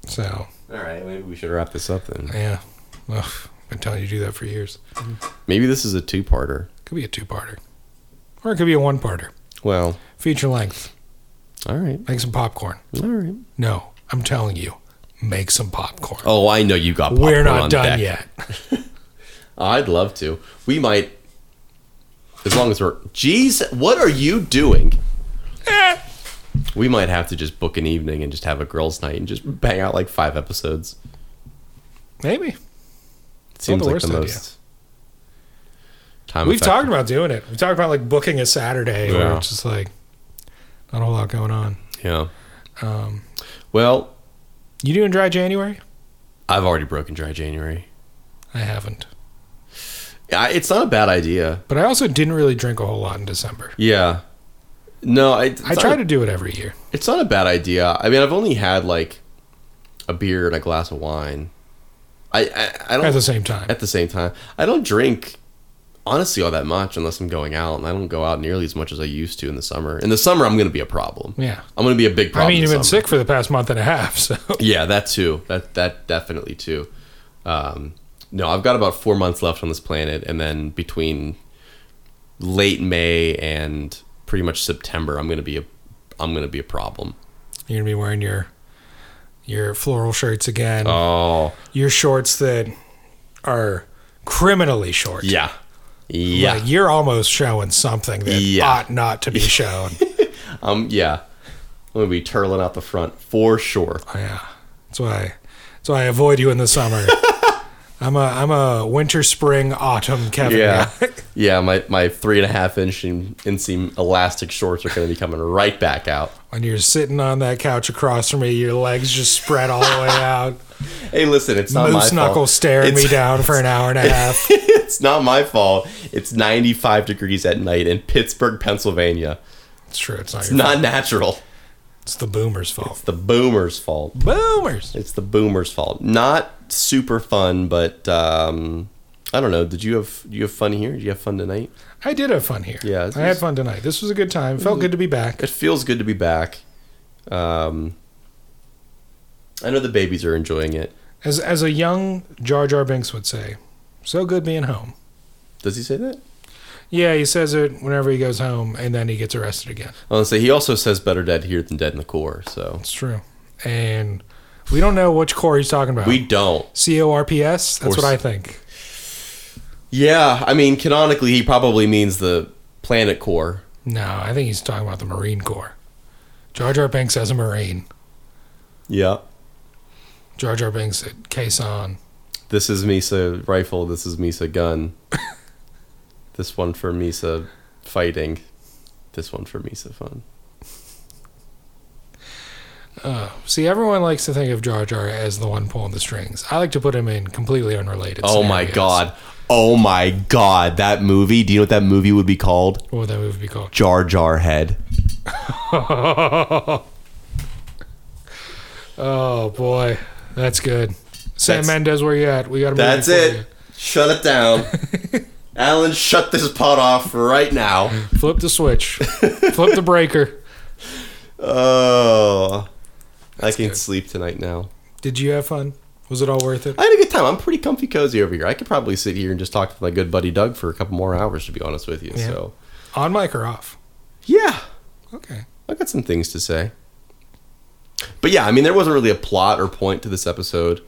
[SPEAKER 3] So,
[SPEAKER 4] All right, maybe we should wrap this up then.
[SPEAKER 3] yeah. Ugh, I've been telling you to do that for years.
[SPEAKER 4] Maybe this is a two parter.
[SPEAKER 3] Could be a two parter, or it could be a one parter.
[SPEAKER 4] Well,
[SPEAKER 3] Feature length.
[SPEAKER 4] all right.
[SPEAKER 3] Make some popcorn.
[SPEAKER 4] All right.
[SPEAKER 3] No, I'm telling you, make some popcorn.
[SPEAKER 4] Oh, I know you got popcorn
[SPEAKER 3] we're
[SPEAKER 4] on
[SPEAKER 3] not done
[SPEAKER 4] deck.
[SPEAKER 3] yet.
[SPEAKER 4] I'd love to. We might, as long as we're. Jeez, what are you doing?
[SPEAKER 3] Eh.
[SPEAKER 4] we might have to just book an evening and just have a girls' night and just bang out like five episodes.
[SPEAKER 3] Maybe.
[SPEAKER 4] It seems
[SPEAKER 3] the
[SPEAKER 4] like
[SPEAKER 3] worst
[SPEAKER 4] the
[SPEAKER 3] idea.
[SPEAKER 4] most. Time
[SPEAKER 3] We've
[SPEAKER 4] effective.
[SPEAKER 3] talked about doing it. We've talked about like booking a Saturday where
[SPEAKER 4] Yeah.
[SPEAKER 3] it's just like not a whole lot going on.
[SPEAKER 4] Yeah.
[SPEAKER 3] Um,
[SPEAKER 4] Well,
[SPEAKER 3] you doing dry January?
[SPEAKER 4] I've already broken dry January.
[SPEAKER 3] I haven't.
[SPEAKER 4] I, it's not a bad idea.
[SPEAKER 3] But I also didn't really drink a whole lot in December.
[SPEAKER 4] Yeah. No, I, it's
[SPEAKER 3] I
[SPEAKER 4] not
[SPEAKER 3] try
[SPEAKER 4] a-
[SPEAKER 3] to do it every year.
[SPEAKER 4] It's not a bad idea. I mean, I've only had like a beer and a glass of wine. I I, I don't
[SPEAKER 3] At the same time.
[SPEAKER 4] at the same time. I don't drink honestly all that much unless I'm going out, and I don't go out nearly as much as I used to in the summer. In the summer, I'm going to be a problem.
[SPEAKER 3] Yeah.
[SPEAKER 4] I'm going to be a big
[SPEAKER 3] I
[SPEAKER 4] problem.
[SPEAKER 3] mean,
[SPEAKER 4] in
[SPEAKER 3] you've been
[SPEAKER 4] summer.
[SPEAKER 3] sick for the past month and a half, so
[SPEAKER 4] Yeah, that too. That that definitely too. Um, no, I've got about four months left on this planet, and then between late May and pretty much September, I'm going to be a I'm going to be a problem.
[SPEAKER 3] you're gonna be wearing your your floral shirts again.
[SPEAKER 4] Oh.
[SPEAKER 3] your shorts that are criminally short.
[SPEAKER 4] Yeah. Yeah.
[SPEAKER 3] Like you're almost showing something that
[SPEAKER 4] Yeah.
[SPEAKER 3] ought not to be shown.
[SPEAKER 4] um, yeah. I'm gonna be turtling out the front for sure.
[SPEAKER 3] Oh, yeah. That's why that's why I avoid you in the summer. I'm a I'm a winter, spring, autumn Kevin.
[SPEAKER 4] Yeah.
[SPEAKER 3] guy.
[SPEAKER 4] yeah, my, my three and a half inch in- inseam elastic shorts are gonna be coming right back out.
[SPEAKER 3] when you're sitting on that couch across from me, your legs just spread all the way out.
[SPEAKER 4] Hey listen, it's not
[SPEAKER 3] Moose
[SPEAKER 4] my
[SPEAKER 3] knuckle
[SPEAKER 4] fault.
[SPEAKER 3] staring
[SPEAKER 4] It's-
[SPEAKER 3] me down for an hour and a half.
[SPEAKER 4] it's not my fault. It's ninety five degrees at night in Pittsburgh, Pennsylvania.
[SPEAKER 3] It's true. It's not
[SPEAKER 4] It's
[SPEAKER 3] your
[SPEAKER 4] not natural.
[SPEAKER 3] It's the boomers' fault.
[SPEAKER 4] It's the boomer's fault.
[SPEAKER 3] Boomers.
[SPEAKER 4] It's the boomer's fault. Not super fun, but um I don't know. Did you have you have fun here? Did you have fun tonight?
[SPEAKER 3] I did have fun here.
[SPEAKER 4] Yeah, this
[SPEAKER 3] I had
[SPEAKER 4] was-
[SPEAKER 3] fun tonight. This was a good time. Felt good to be back.
[SPEAKER 4] it feels good to be back. Um, I know the babies are enjoying it.
[SPEAKER 3] As as a young Jar Jar Binks would say, so good being home.
[SPEAKER 4] Does he say that?
[SPEAKER 3] Yeah, he says it whenever he goes home, and then he gets arrested again.
[SPEAKER 4] I'll say he also says better dead here than dead in the core. So
[SPEAKER 3] It's true. And we don't know which core he's talking about.
[SPEAKER 4] we don't.
[SPEAKER 3] C O R P S. That's
[SPEAKER 4] Or
[SPEAKER 3] what I
[SPEAKER 4] s-
[SPEAKER 3] think.
[SPEAKER 4] Yeah, I mean canonically he probably means the planet core.
[SPEAKER 3] No, I think he's talking about the Marine Corps. Jar Jar Binks as a Marine.
[SPEAKER 4] Yeah.
[SPEAKER 3] Jar Jar Binks at Quezon.
[SPEAKER 4] This is Misa rifle. This is Misa gun. this one for Misa fighting. This one for Misa fun.
[SPEAKER 3] See, everyone likes to think of Jar Jar as the one pulling the strings. I like to put him in completely unrelated.
[SPEAKER 4] Oh my
[SPEAKER 3] scenarios.
[SPEAKER 4] god. Oh my god. That movie. Do you know what that movie would be called?
[SPEAKER 3] What would that movie be called?
[SPEAKER 4] Jar Jar Head.
[SPEAKER 3] Oh boy, that's good. Sam
[SPEAKER 4] That's-
[SPEAKER 3] Mendes, where you at? We got a movie
[SPEAKER 4] That's
[SPEAKER 3] for
[SPEAKER 4] it.
[SPEAKER 3] you.
[SPEAKER 4] Shut it down. Alan, shut this pot off right now.
[SPEAKER 3] Flip the switch. Flip the breaker.
[SPEAKER 4] Oh. I can
[SPEAKER 3] good.
[SPEAKER 4] sleep tonight now.
[SPEAKER 3] Did you have fun? Was it all worth it?
[SPEAKER 4] I had a good time. I'm pretty comfy cozy over here. I could probably sit here and just talk to my good buddy Doug for a couple more hours, to be honest with you.
[SPEAKER 3] Yeah.
[SPEAKER 4] So,
[SPEAKER 3] On mic or off?
[SPEAKER 4] yeah,
[SPEAKER 3] Okay.
[SPEAKER 4] I got some things to say. But yeah, I mean, there wasn't really a plot or point to this episode.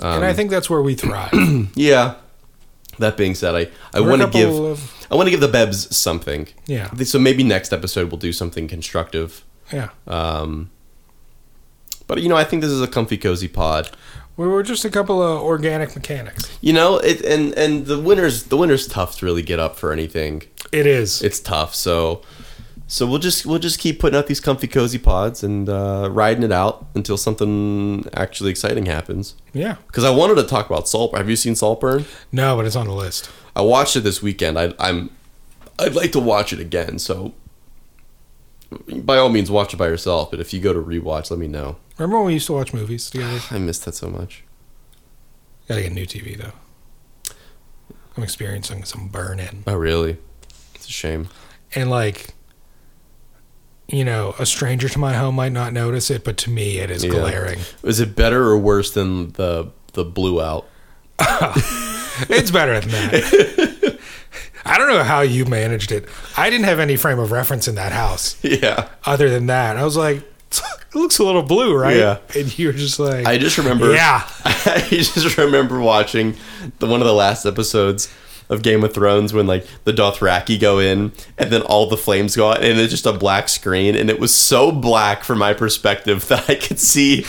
[SPEAKER 4] Um,
[SPEAKER 3] and Um, I think that's where we thrive.
[SPEAKER 4] Yeah. That being said, I, I
[SPEAKER 3] We're a
[SPEAKER 4] want to
[SPEAKER 3] couple
[SPEAKER 4] give
[SPEAKER 3] of-
[SPEAKER 4] I want to give the Bebs something.
[SPEAKER 3] Yeah.
[SPEAKER 4] So maybe next episode we'll do something constructive.
[SPEAKER 3] yeah.
[SPEAKER 4] Um, but you know, I think this is a comfy, cozy pod.
[SPEAKER 3] We were just a couple of organic mechanics.
[SPEAKER 4] You know, it and and the winter's the winter's tough to really get up for anything.
[SPEAKER 3] It is.
[SPEAKER 4] It's tough, so so we'll just we'll just keep putting out these comfy, cozy pods and uh, riding it out until something actually exciting happens.
[SPEAKER 3] yeah.
[SPEAKER 4] Because I wanted to talk about Salt. Have you seen Saltburn?
[SPEAKER 3] No, but it's on the list.
[SPEAKER 4] I watched it this weekend. I, I'm I'd like to watch it again. So by all means, watch it by yourself. But if you go to rewatch, let me know.
[SPEAKER 3] Remember when we used to watch movies together?
[SPEAKER 4] I missed that so much.
[SPEAKER 3] Gotta get a new TV though. I'm experiencing some burn in.
[SPEAKER 4] Oh, really? It's a shame.
[SPEAKER 3] And like you know, a stranger to my home might not notice it, but to me it is
[SPEAKER 4] Yeah.
[SPEAKER 3] glaring.
[SPEAKER 4] Is it better or worse than the the blue out?
[SPEAKER 3] It's better than that. I don't know how you managed it. I didn't have any frame of reference in that house
[SPEAKER 4] Yeah.
[SPEAKER 3] other than that. I was like, it looks a little blue, right?
[SPEAKER 4] Yeah.
[SPEAKER 3] And you were just like,
[SPEAKER 4] I just remember.
[SPEAKER 3] Yeah.
[SPEAKER 4] I just remember watching the one of the last episodes of Game of Thrones when like the Dothraki go in and then all the flames go out and it's just a black screen and it was so black from my perspective that I could see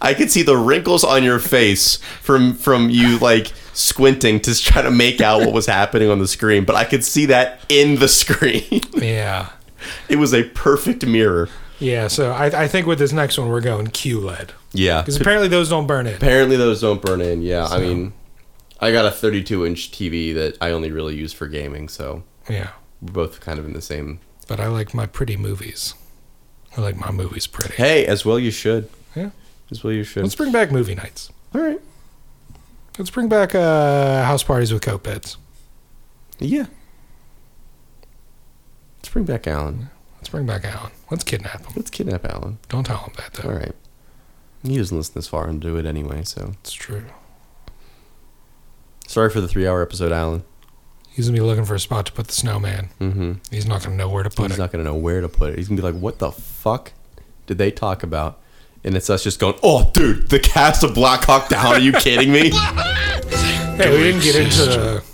[SPEAKER 4] I could see the wrinkles on your face from from you like squinting to try to make out what was happening on the screen but I could see that in the screen.
[SPEAKER 3] yeah.
[SPEAKER 4] it was a perfect mirror.
[SPEAKER 3] Yeah. So I, I think with this next one, we're going QLED
[SPEAKER 4] Yeah.
[SPEAKER 3] because apparently those don't burn in.
[SPEAKER 4] Apparently those don't burn in. Yeah, I mean, I got a 32 inch TV that I only really use for gaming, so
[SPEAKER 3] Yeah.
[SPEAKER 4] we're both kind of in the same.
[SPEAKER 3] But I like my pretty movies. I like my movies pretty.
[SPEAKER 4] Hey, as well you should.
[SPEAKER 3] Yeah.
[SPEAKER 4] As well you should.
[SPEAKER 3] Let's bring back movie nights.
[SPEAKER 4] All right.
[SPEAKER 3] Let's bring back uh, house parties with coat beds.
[SPEAKER 4] Yeah. Let's bring back Alan.
[SPEAKER 3] Let's bring back Alan. Let's kidnap him.
[SPEAKER 4] Let's kidnap Alan.
[SPEAKER 3] Don't tell him that though.
[SPEAKER 4] All right. He doesn't listen this far and do it anyway, so.
[SPEAKER 3] It's true.
[SPEAKER 4] Sorry for the three hour episode, Alan.
[SPEAKER 3] He's gonna be looking for a spot to put the snowman.
[SPEAKER 4] Mm-hmm.
[SPEAKER 3] He's not gonna know where to put
[SPEAKER 4] He's
[SPEAKER 3] it.
[SPEAKER 4] not going to know where to put it. He's going to be like, what the fuck did they talk about? And it's us just going, oh, dude, the cast of Black Hawk Down. Are you kidding me?
[SPEAKER 3] Hey, we didn't get into. The,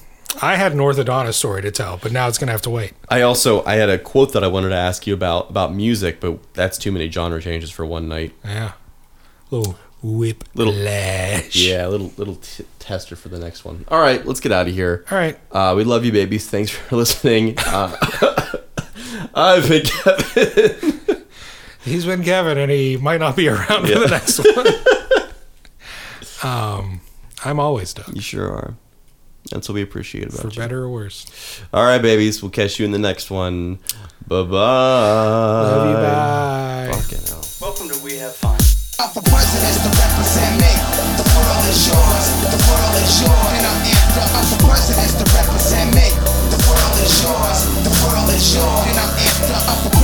[SPEAKER 3] I had an orthodontist story to tell, but now it's gonna have to wait.
[SPEAKER 4] I also I had a quote that I wanted to ask you about about music, but that's too many genre changes for one night.
[SPEAKER 3] Yeah. Little whip.
[SPEAKER 4] Little-
[SPEAKER 3] lash.
[SPEAKER 4] Yeah, a little little t- tester for the next one. All right, let's get out of here.
[SPEAKER 3] All right.
[SPEAKER 4] Uh, we love you, babies. Thanks for listening. Uh, I've been Kevin.
[SPEAKER 3] He's been Kevin, and he might not be around for the next one. um, I'm always Doug,
[SPEAKER 4] You sure are. That's what we appreciate
[SPEAKER 3] for
[SPEAKER 4] about you.
[SPEAKER 3] better or worse.
[SPEAKER 4] All right, babies. We'll catch you in the next one. Bye bye.
[SPEAKER 3] Love you, bye.
[SPEAKER 4] Fucking hell.
[SPEAKER 5] Welcome to We Have Fun.
[SPEAKER 2] I'm for presidents to represent me. The world is yours. The world is yours. And I'm amped up. I'm for presidents to represent me. The world is yours. The world is yours. And I'm amped up. I'm for